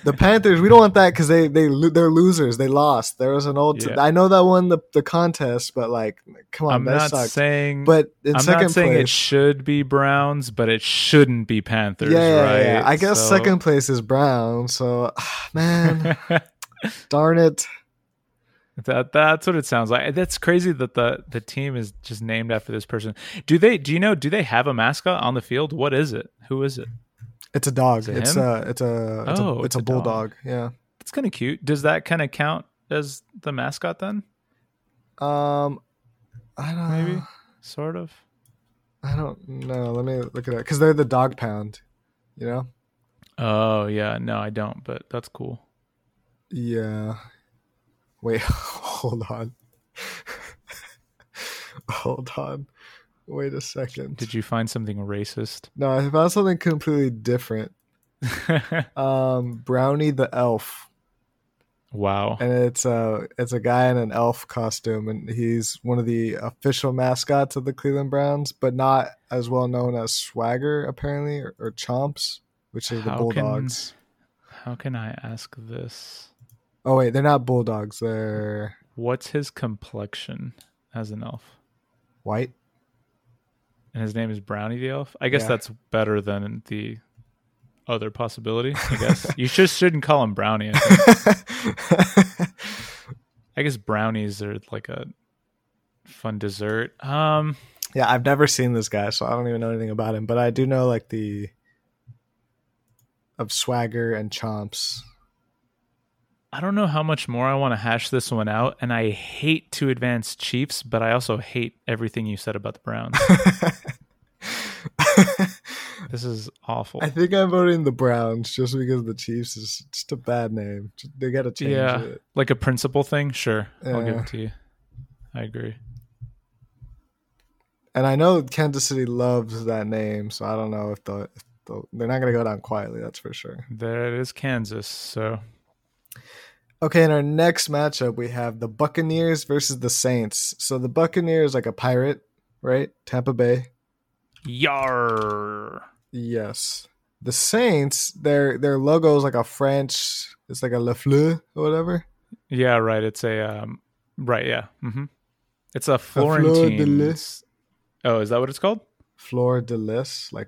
the Panthers, we don't want that because they, they, lo- they're losers. They lost. There was an old, Yeah. I know that won the, the contest, but like, come on, I'm they not sucked. saying. but in I'm second not saying place, it should be Browns, but it shouldn't be Panthers. yeah, yeah, right? yeah, yeah. I guess So- second place is Brown. So, ah, man, darn it. that that's what it sounds like. That's crazy that the the team is just named after this person. Do they? Do you know? Do they have a mascot on the field? What is it? Who is it? It's a dog. Is it it's him? a it's a it's, Oh, a, it's it's a a dog. bulldog. Yeah. That's kind of cute. Does that kind of count as the mascot then? Um, I don't Maybe. Sort of. I don't know. Let me look it up because they're the dog pound. You know. Oh yeah, no, I don't. But that's cool. Yeah. Wait. Hold on. hold on. Wait a second. Did you find something racist? No, I found something completely different. Um, Brownie the elf. Wow. and it's a it's a guy in an elf costume, and he's one of the official mascots of the Cleveland Browns, but not as well known as Swagger apparently, or, or Chomps, which is the How can- Bulldogs. How can I ask this? Oh wait, they're not Bulldogs; they're What's his complexion as an elf? white. And his name is Brownie the elf. I guess Yeah. that's better than the other possibility. I guess you just shouldn't call him Brownie. I, think. I guess brownies are like a fun dessert. Um, yeah, I've never seen this guy, so I don't even know anything about him. But I do know like the of Swagger and Chomps. I don't know how much more I want to hash this one out, and I hate to advance Chiefs, but I also hate everything you said about the Browns. this is awful. I think I'm voting the Browns just because the Chiefs is just a bad name. They got to change Yeah. it. like a principal thing, sure, I'll give Yeah. it to you. I agree. And I know Kansas City loves that name, so I don't know if the, if the they're not going to go down quietly. That's for sure. There it is, Kansas. So Okay, in our next matchup, we have the Buccaneers versus the Saints. So the Buccaneers, like a pirate, right? Tampa Bay. yar. Yes. The Saints, their their logo is like a French, it's like a Le Fleur or whatever. Yeah, right. It's a um, right. Yeah, mm-hmm. it's a fleur de Florentine. lis. Oh, is that what it's called? Fleur de Lis, like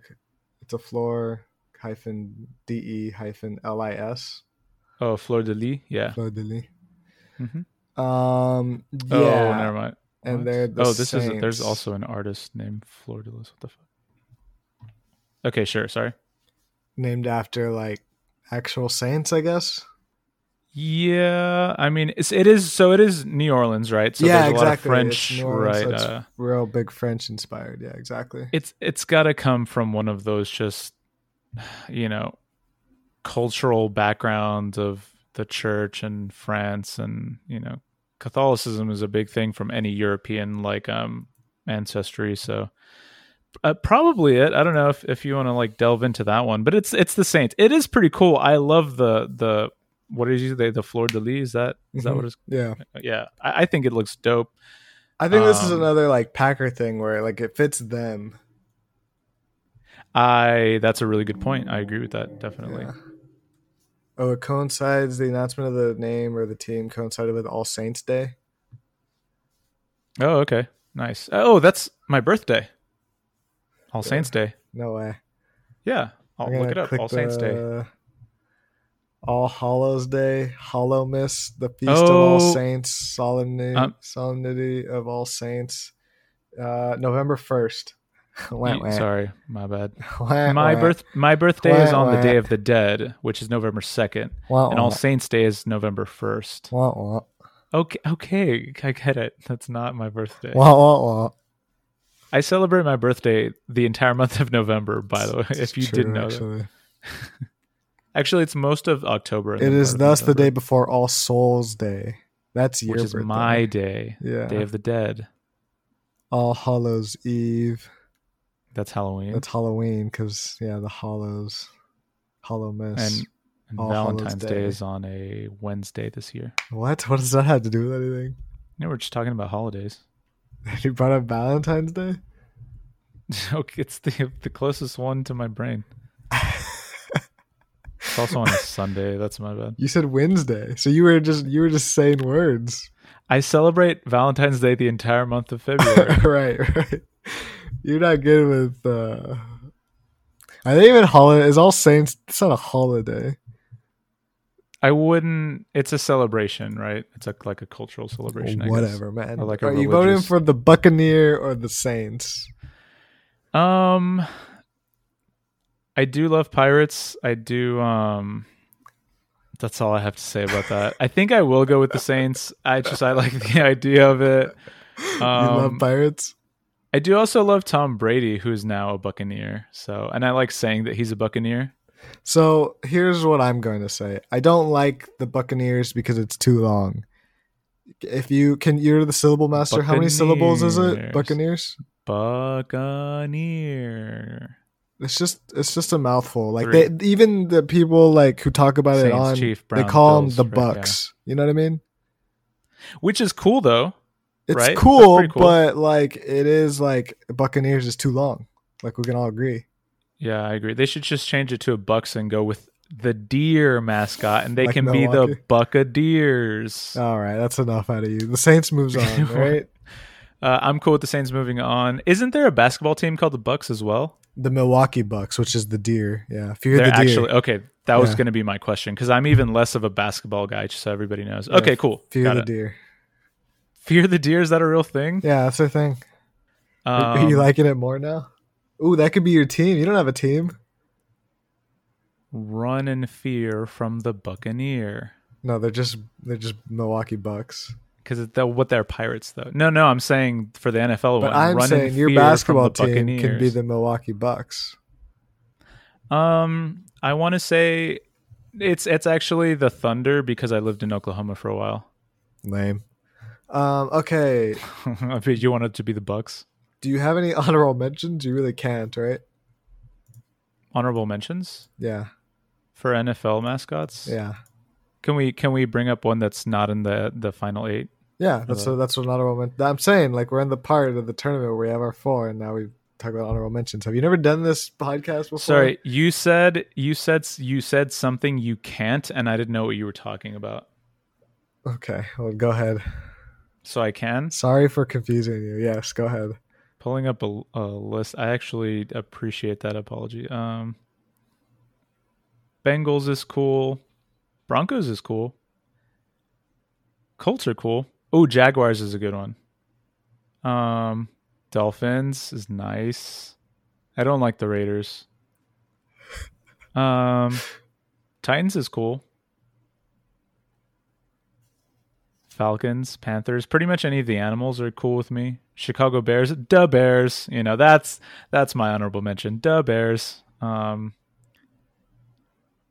it's a floor hyphen D E hyphen L I S. Oh, Fleur de Lis. Yeah. Fleur de Lis. Mhm. Um, yeah. Oh, never mind. and What? they're the oh, this is Saints. there's also an artist named Fleur de Lis. What the fuck? Okay, sure. Sorry. named after like actual saints, I guess. Yeah, I mean it's, it is so it is New Orleans, right? So yeah, there's a exactly. lot of French, it's New Orleans, so right? it's uh, real big French inspired. Yeah, exactly. it's it's got to come from one of those just you know cultural backgrounds of the church and France and you know Catholicism is a big thing from any European like um ancestry so uh, probably it I don't know if, if you want to like delve into that one but it's it's the Saints it is pretty cool I love the the what is it the, the fleur de lis is that is that what it's Yeah, yeah I, I think it looks dope I think this is Um, another like Packer thing where like it fits them. I that's a really good point I agree with that definitely Yeah. Oh, it coincides the announcement of the name or the team coincided with All Saints Day. Oh, okay. Nice. Oh, that's my birthday. All Saints Day. No way. Yeah. I'll I'm gonna Oh, look it up. click All Saints Day. the All Hallows Day, Hollow Miss, the Feast of Oh. All Saints, Solemnity, Um, Solemnity of All Saints, uh, November first. Ye- Sorry, my bad. My My birth my birthday is Wah, on the wah. Oh Day of the Dead, which is November 2nd, and All Saints Day is November 1st. Wah, wah, Okay, okay, I get it. That's not my birthday. wah, wah, wah. I celebrate my birthday the entire month of November, by the way, It's if you true, didn't know. that. Actually. actually. it's most of October. and it then is part of thus the November, day before All Souls Day. That's your which is birthday. my day, yeah. Day of the Dead. All Hallows Eve. That's Halloween. That's Halloween because yeah, the Hollows, Hollow Miss. and, and All Hallows Valentine's Day. Day. is on a Wednesday this year. what? What does that have to do with anything? You know, we're just talking about holidays. You brought up Valentine's Day? Okay, it's the the closest one to my brain. it's also on a Sunday. That's my bad. You said Wednesday. So you were just you were just saying words. I celebrate Valentine's Day the entire month of February. right, right. You're not good with uh Are they even holiday is all saints it's not a holiday. I wouldn't. It's a celebration, right? It's a, like a cultural celebration. I guess. Whatever, man. Or like a Are you voting religious- for the Buccaneer or the Saints? Um, I do love pirates. I do. Um, that's all I have to say about that. I think I will go with the Saints. I just I like the idea of it. you love Um, pirates? I do also love Tom Brady, who's now a Buccaneer. So, and I like saying that he's a Buccaneer. So here's what I'm going to say. I don't like the Buccaneers because it's too long. If you can, you're the syllable master. How many syllables is it? Buccaneers. Buccaneers. Buccaneer. It's just it's just a mouthful. Like Three. they even the people like who talk about it Saints, on Chief, they Browns, call Bills, them the right, yeah. Bucks. You know what I mean? which is cool though. It's Right? That's cool, pretty cool. but like it is like Buccaneers is too long. Like we can all agree. Yeah, I agree. They should just change it to a Bucks and go with the deer mascot, and they Like can be Milwaukee. the Buccaneers. Uh, All right, that's enough out of you. The Saints moves on, right? Uh, I'm cool with the Saints moving on. Isn't there a basketball team called the Bucks as well? The Milwaukee Bucks, which is the deer. Yeah, if you're They're the deer, actually okay. That was Yeah. going to be my question because I'm even less of a basketball guy, just so everybody knows. Okay, cool. fear Got the it. deer. Fear the deer is that a real thing? Yeah, that's the thing. Are- Um, Are you liking it more now? Ooh, that could be your team. You don't have a team. run in fear from the Buccaneer? No, they're just they're just Milwaukee Bucks. Because what they're pirates though. No, no, I'm saying for the NFL But one. I'm run in saying your fear from the basketball team can be Buccaneers. the Milwaukee Bucks. Um, I want to say it's it's actually the Thunder because I lived in Oklahoma for a while. Lame. Um, okay. I mean, you want it to be the Bucks. Do you have any honorable mentions? You really can't, right? Honorable mentions Yeah. for NFL mascots. Yeah. Can we can we bring up one that's not in the the final eight? Yeah, that's Uh, what that's what an honorable mention. I'm saying like we're in the part of the tournament where we have our four, and now we talk about honorable mentions. Have you never done this podcast before? Sorry, you said you said you said something you can't, and I didn't know what you were talking about. Okay, well, go ahead. So I can Sorry for confusing you. Yes, go ahead. pulling up a, a list. I actually appreciate that apology. Um, Bengals is cool. Broncos is cool. Colts are cool. Oh, Jaguars is a good one. Um, Dolphins is nice. I don't like the Raiders. Um, Titans is cool. Falcons, Panthers, pretty much any of the animals are cool with me. Chicago Bears, duh Bears. You know, that's that's my honorable mention. Duh Bears. Um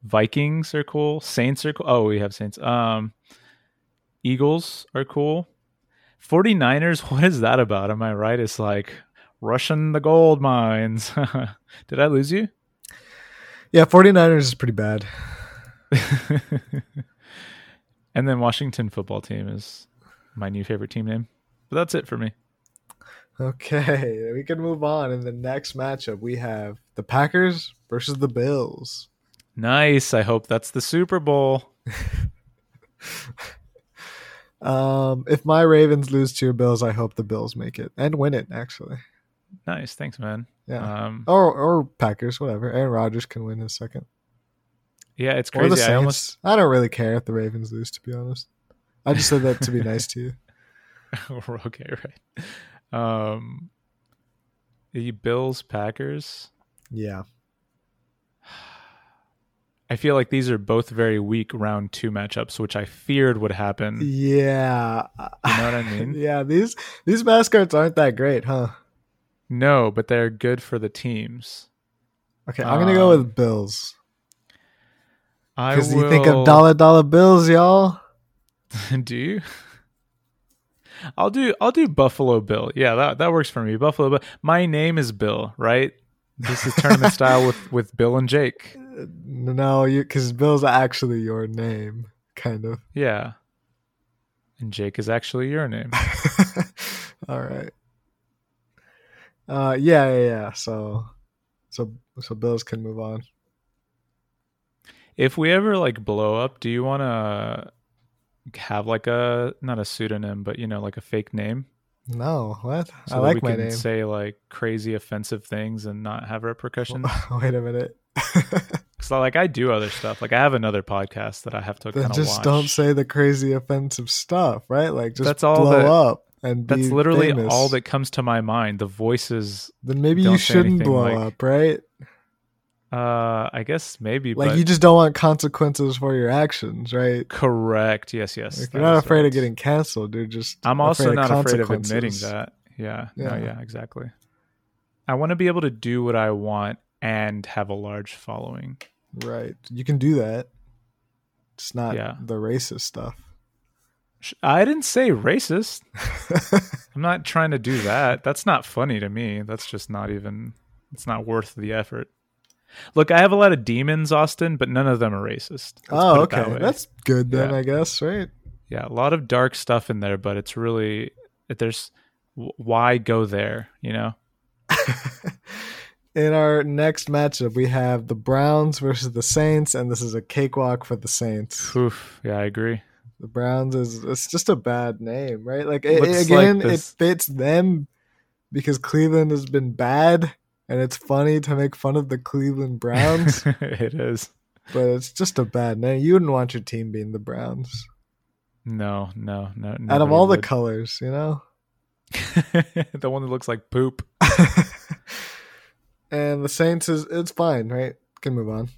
Vikings are cool. Saints are cool. Oh, we have Saints. Um Eagles are cool. 49ers, what is that about? Am I right? It's like Russian the gold mines. Did I lose you? Yeah, 49ers is pretty bad. and then Washington football team is my new favorite team name. But that's it for me. Okay, we can move on. In the next matchup, we have the Packers versus the Bills. Nice. I hope that's the Super Bowl. Um, if my Ravens lose to your Bills, I hope the Bills make it and win it. Actually, Nice. Thanks, man. yeah. Oh, Um, or or Packers, whatever. Aaron Rodgers can win his second. yeah, it's Or the crazy. Saints. I I, almost don't really care if the Ravens lose, to be honest. I just said that to be nice to you. we're okay, right? Um, the Bills, Packers. Yeah. I feel like these are both very weak round two matchups, which I feared would happen. Yeah. You know what I mean? yeah, these these mascots aren't that great, huh? No, but they're good for the teams. Okay, I'm gonna go Um, with Bills. I Because you think will- of dollar dollar bills, y'all. do you? I'll do I'll do Buffalo Bill. Yeah, that that works for me. Buffalo Bill. My name is Bill, right? This is tournament style with with Bill and Jake. No, you because Bill's actually your name, kind of. Yeah. And Jake is actually your name. All right. Uh, yeah, yeah, yeah. So, so, so Bills can move on. if we ever like blow up, do you want to have like a not a pseudonym, but you know, like a fake name? No, what? So I that like we my can name. say like crazy offensive things and not have repercussions. Wait a minute. Because like I do other stuff. Like I have another podcast that I have to kind then of just watch. don't say the crazy offensive stuff, right? Like just That's all blow that- up and be That's literally famous. all that comes to my mind. The voices, Then maybe you don't say shouldn't anything blow like- up, right? uh, I guess maybe, Like but you just don't want consequences for your actions, right? correct. Yes, yes. Like, that you're not is afraid right. of getting canceled. You're just. I'm also afraid not of afraid of admitting consequences. that. Yeah. Yeah. Yeah. No, yeah. Exactly. I want to be able to do what I want and have a large following. Right. You can do that. It's not Yeah. the racist stuff. Sh- I didn't say racist. I'm not trying to do that. That's not funny to me. That's just not even. It's not worth the effort. Look, I have a lot of demons, Austin, but none of them are racist. Let's oh, put it that okay. way. That's good then, Yeah. I guess, right? yeah, a lot of dark stuff in there, but it's really there's why go there, you know? In our next matchup, we have the Browns versus the Saints, and this is a cakewalk for the Saints. Oof, yeah, I agree. The Browns is it's just a bad name, right? Like it, it- again, like this- it fits them because Cleveland has been bad, and it's funny to make fun of the Cleveland Browns, it is. but it's just a bad name. You wouldn't want your team being the Browns. No, no, no. Out of nobody all the would. colors, you know. the one that looks like poop. and the Saints is it's fine, right? Can move on.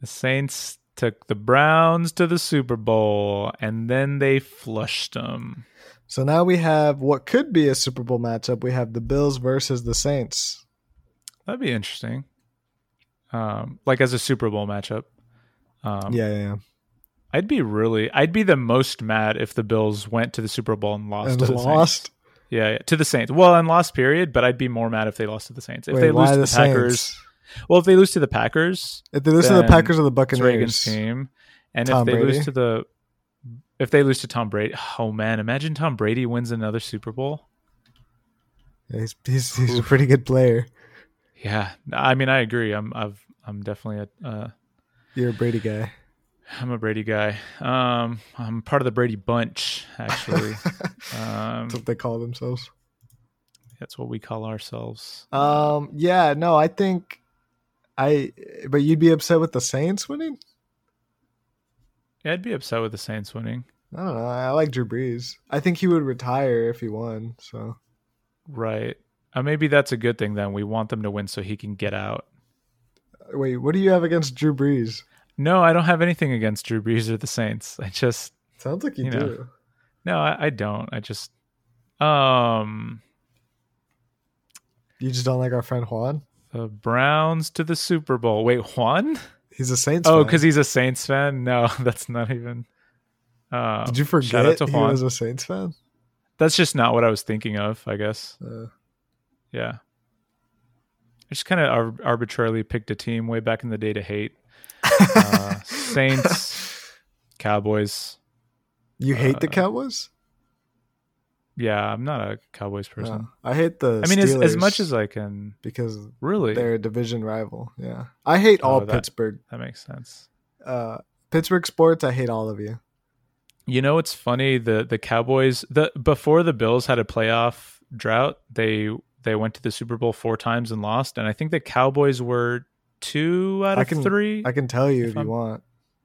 The Saints took the Browns to the Super Bowl and then they flushed them. So now we have what could be a Super Bowl matchup. We have the Bills versus the Saints. That'd be interesting. Um, like as a Super Bowl matchup. Um, yeah, yeah, yeah. I'd be really, I'd be the most mad if the Bills went to the Super Bowl and lost And to the Saints. lost. Yeah, yeah, to the Saints. Well, and lost period, but I'd be more mad if they lost to the Saints. If Wait, they lose why to the, Packers, Saints? well, if they lose to the Packers, If they lose to the then Packers or the it's Buccaneers, Reagan's team, and Tom if they Brady. lose to the, if they lose to Tom Brady, oh man, imagine Tom Brady wins another Super Bowl. Yeah, he's he's, he's a pretty good player. Yeah, I mean, I agree. I'm, I've, I'm definitely a, uh, You're a Brady guy. I'm a Brady guy. Um, I'm part of the Brady bunch, actually. um, That's what they call themselves. that's what we call ourselves. Um, yeah, no, I think I. But you'd be upset with the Saints winning. Yeah, I'd be upset with the Saints winning. I don't know. I like Drew Brees. I think he would retire if he won. So Right. Uh, maybe that's a good thing then. We want them to win so he can get out. wait, what do you have against Drew Brees? No, I don't have anything against Drew Brees or the Saints. I just Sounds like you, You do. know. no, I, I don't. I just um You just don't like our friend Juan. the Browns to the Super Bowl. Wait, Juan? He's a Saints. Oh, fan. because he's a Saints fan. No, that's not even. Uh, Did you forget shout out to he Juan. was a Saints fan? that's just not what I was thinking of. I guess. Uh, Yeah. I just kind of ar- arbitrarily picked a team way back in the day to hate. Uh, Saints, Cowboys. you hate the Uh, Cowboys? Yeah, I'm not a Cowboys person. No, I hate the. I mean, as, as Steelers much as I can, because really, they're a division rival. Yeah, I hate all Oh, that- Pittsburgh. that makes sense. Uh, Pittsburgh sports. I hate all of you. You know, it's funny the the Cowboys. The before the Bills had a playoff drought, they they went to the Super Bowl four times and lost, and I think the Cowboys were two out I of can- three. I can tell you If if, you I'm- want.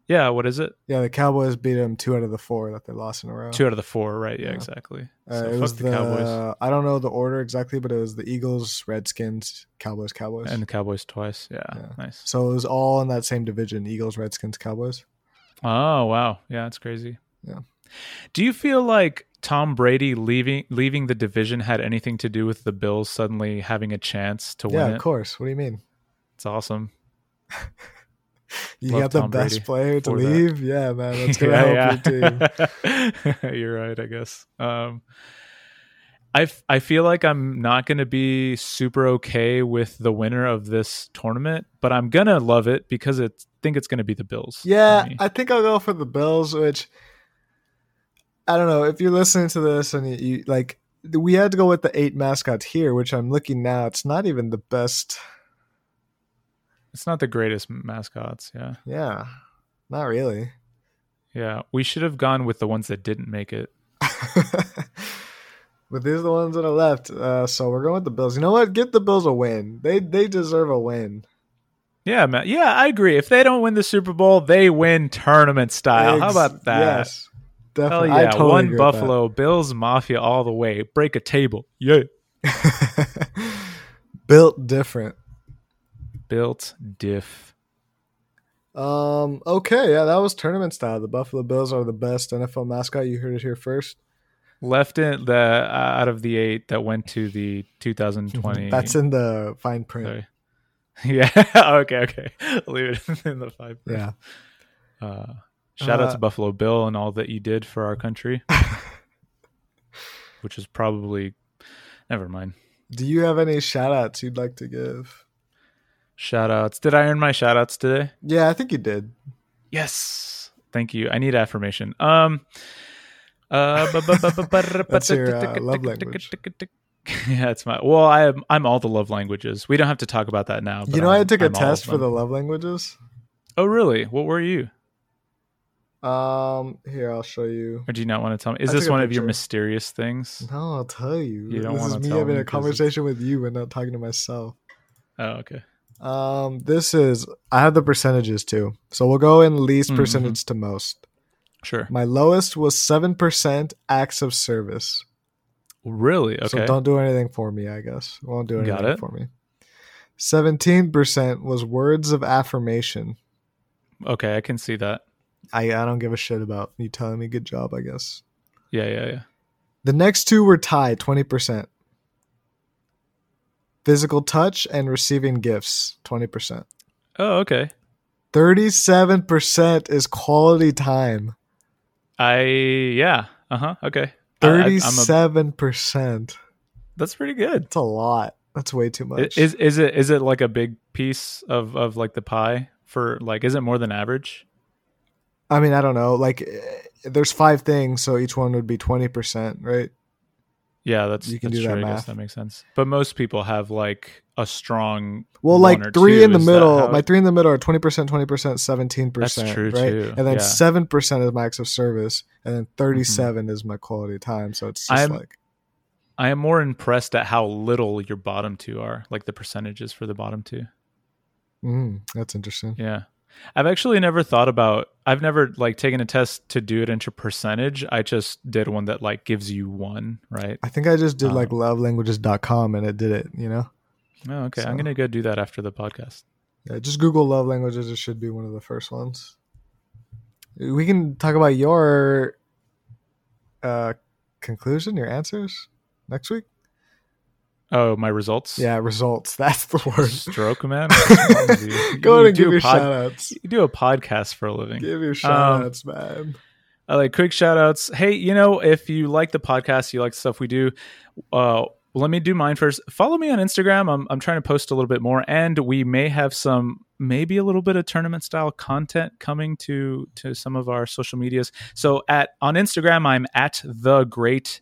yeah, what is it? Yeah, the Cowboys beat them two out of the four that they lost in a row. Two out of the four, right? Yeah, Uh, Yeah. exactly. Uh, so it fuck was the, the, Cowboys I don't know the order exactly, but it was the Eagles, Redskins, Cowboys, Cowboys. and the Cowboys twice. Yeah, Yeah. nice. so it was all in that same division: Eagles, Redskins, Cowboys. Oh wow, yeah, that's crazy. Yeah. Do you feel like Tom Brady leaving leaving the division had anything to do with the Bills suddenly having a chance to yeah, win of it? course. What do you mean? It's awesome. You Love got the Tom best Brady player to for that. leave. Yeah, man, that's gonna help your team. your team. You're right, I guess. Um, I f- I feel like I'm not going to be super okay with the winner of this tournament, but I'm gonna love it because it think it's going to be the Bills. for Yeah, me. I think I'll go for the Bills, which I don't know. If you're listening to this and you, you like, we had to go with the eight mascots here, which I'm looking now. It's not even the best. it's not the greatest mascots. Yeah, Yeah, not really. yeah. We should have gone with the ones that didn't make it. but these are the ones that are left. Uh, so we're going with the Bills. You know what? Get the Bills a win. They they deserve a win. Yeah, man. Yeah, I agree. If they don't win the Super Bowl, they win tournament style. Uh, How Ex- about that? Yes, Hell definitely. I yeah. totally One agree with that. Buffalo, Bills Mafia all the way. Break a table. Yeah. Built different. Built diff. Um. Okay. Yeah, that was tournament style. The Buffalo Bills are the best NFL mascot. You heard it here first. Left in the uh, out of the eight that went to the 2020. That's in the fine print. Sorry. Yeah. okay. Okay. Leave it in the five. Yeah. Uh, shout out Uh, to Buffalo Bill and all that you did for our country, which is probably. Never mind. Do you have any shout outs you'd like to give? Shout outs. Did I earn my shout outs today? Yeah, I think you did. Yes. Thank you. I need affirmation. Um Uh, bu- bu- bu- bu- bu- That's your, uh, love language. Yeah, it's my. Well, I'm I'm all the love languages. We don't have to talk about that now. but you know, i I'm- took a I'm all of test for them. the love languages. Oh, really? What were you? Um, here I'll show you. Or do you not want to tell me? Is I this took a one of your picture. mysterious things? No, I'll tell you. You don't this is wanna me tell having me a 'cause it's- conversation with you and not talking to myself. Mm-hmm. Oh, okay. Um, this is I have the percentages too, so we'll go in least Mhm. percentage to most. Sure. My lowest was seven percent acts of service. Really? Okay. So don't do anything for me, I guess. Won't do Got anything it. for me. Seventeen percent was words of affirmation. Okay, I can see that. I I don't give a shit about you telling me good job. I guess Yeah, yeah, yeah. the next two were tied twenty percent. Physical touch and receiving gifts twenty percent. Oh, okay. Thirty-seven percent is quality time. I yeah. Uh huh. Okay. I- I- I'm a- Thirty-seven percent. that's pretty good. That's a lot. That's way too I- much. Is is it is it like a big piece of of like the pie for like is it more than average? I mean, I don't know. Like, eh, there's five things, so each one would be twenty percent, right? Yeah, that's You can that's do true. that I guess math. that makes sense. But most people have like a strong Well, one like or three two. in the Is that middle. how- My three in the middle are twenty percent, twenty percent, seventeen percent. That's true, right? too. And then Yeah. Mm-hmm. seven percent is my acts of service, and then 37 is my quality time. So it's just I'm- like I am more impressed at how little your bottom two are, like the percentages for the bottom two. mm, that's interesting. Yeah. I've actually never thought about I've never like taken a test to do it into percentage. I just did one that like gives you one, right? I think I just did Um, like lovelanguages.com and it did it. You know, Oh, okay. So- I'm gonna go do that after the podcast. yeah, just Google love languages. It should be one of the first ones. We can talk about your uh, conclusion, your answers next week. Oh, my results? Yeah, results. That's the word. Stroke man. What's wrong with you? Go You ahead and do give your pod- shout outs. You do a podcast for a living. Give your Um, shout outs, man. I like quick shout outs. Hey, you know, if you like the podcast, you like the stuff we do, uh, let me do mine first. Follow me on Instagram. I'm, I'm trying to post a little bit more, and we may have some, maybe a little bit of tournament style content coming to to some of our social medias. So at on Instagram, I'm at the great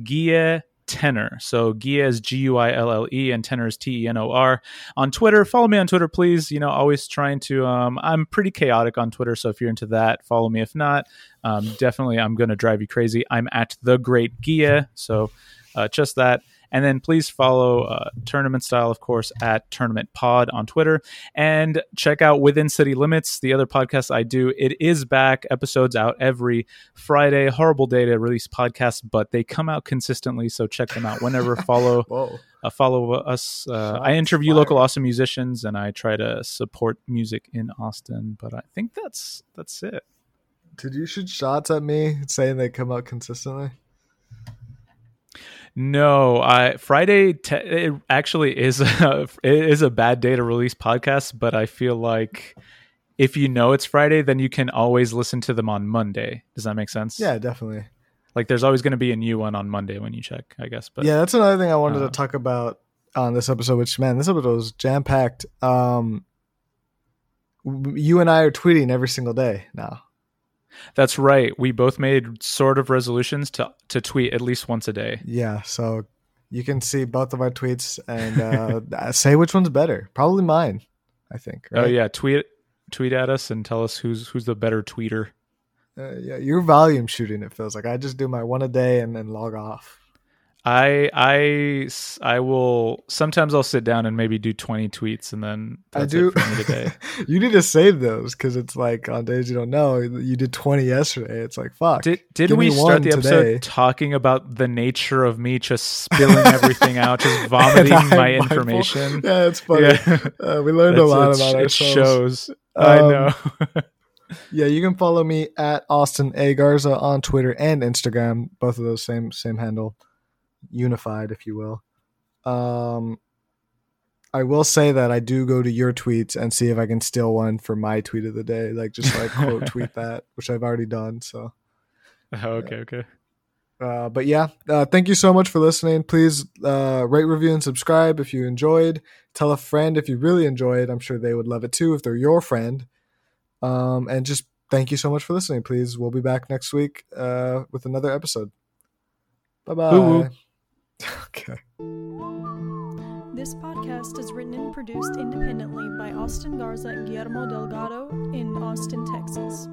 Gia Tenor. So Gia is G U I L L E, and Tenor is T E N O R. On Twitter, follow me on Twitter, please. You know, always trying to. Um, I'm pretty chaotic on Twitter, so if you're into that, follow me. If not, um, definitely i'm going to drive you crazy i'm at the great gia so uh, just that and then please follow uh, tournament style of course at tournament pod on twitter and check out within city limits the other podcast i do it is back episodes out every friday horrible day to release podcasts but they come out consistently so check them out whenever follow Whoa. uh, follow us. Uh, I Shots interview fired. local Austin musicians, and I try to support music in Austin. But I think that's that's it. Did you shoot shots at me saying they come out consistently? No, I Friday te- it actually is a, it is a bad day to release podcasts, but I feel like if you know it's Friday, then you can always listen to them on Monday. Does that make sense? Yeah, definitely. Like there's always going to be a new one on Monday when you check, I guess. But yeah, that's another thing I wanted uh, to talk about on this episode, which, man, this episode was jam packed. Um, w- you and I are tweeting every single day now. that's right. We both made sort of resolutions to to tweet at least once a day. Yeah, so you can see both of our tweets and uh, say which one's better. Probably mine, I think. Oh right? yeah, tweet tweet at us and tell us who's who's the better tweeter. Uh, yeah, your volume shooting, it feels like. I just do my one a day and then log off. I I s- I will sometimes I'll sit down and maybe do 20 tweets and then I that's do. it for me today. you need to save those because it's like on days you don't know. You did 20 yesterday. It's like, fuck. Did did Give we me start one the episode today. talking about the nature of me just spilling everything out, just vomiting And I'm my mindful. information? Yeah, it's funny. Uh, we learned a It's- lot it's- about it ourselves. shows. I Um, know. Yeah, you can follow me at Austin A Garza on Twitter and Instagram. Both of those same same handle, unified, if you will. Um, I will say that I do go to your tweets and see if I can steal one for my tweet of the day, like just like quote tweet that, which I've already done. So. Oh, okay, okay. Uh, but yeah, uh, thank you so much for listening. Please uh, rate, review, and subscribe if you enjoyed. Tell a friend if you really enjoyed. I'm sure they would love it too if they're your friend. Um, and just thank you so much for listening. Please, we'll be back next week uh, with another episode. Bye Woo-woo. bye. Okay. This podcast is written and produced independently by Austin Garza and Guillermo Delgado in Austin, Texas.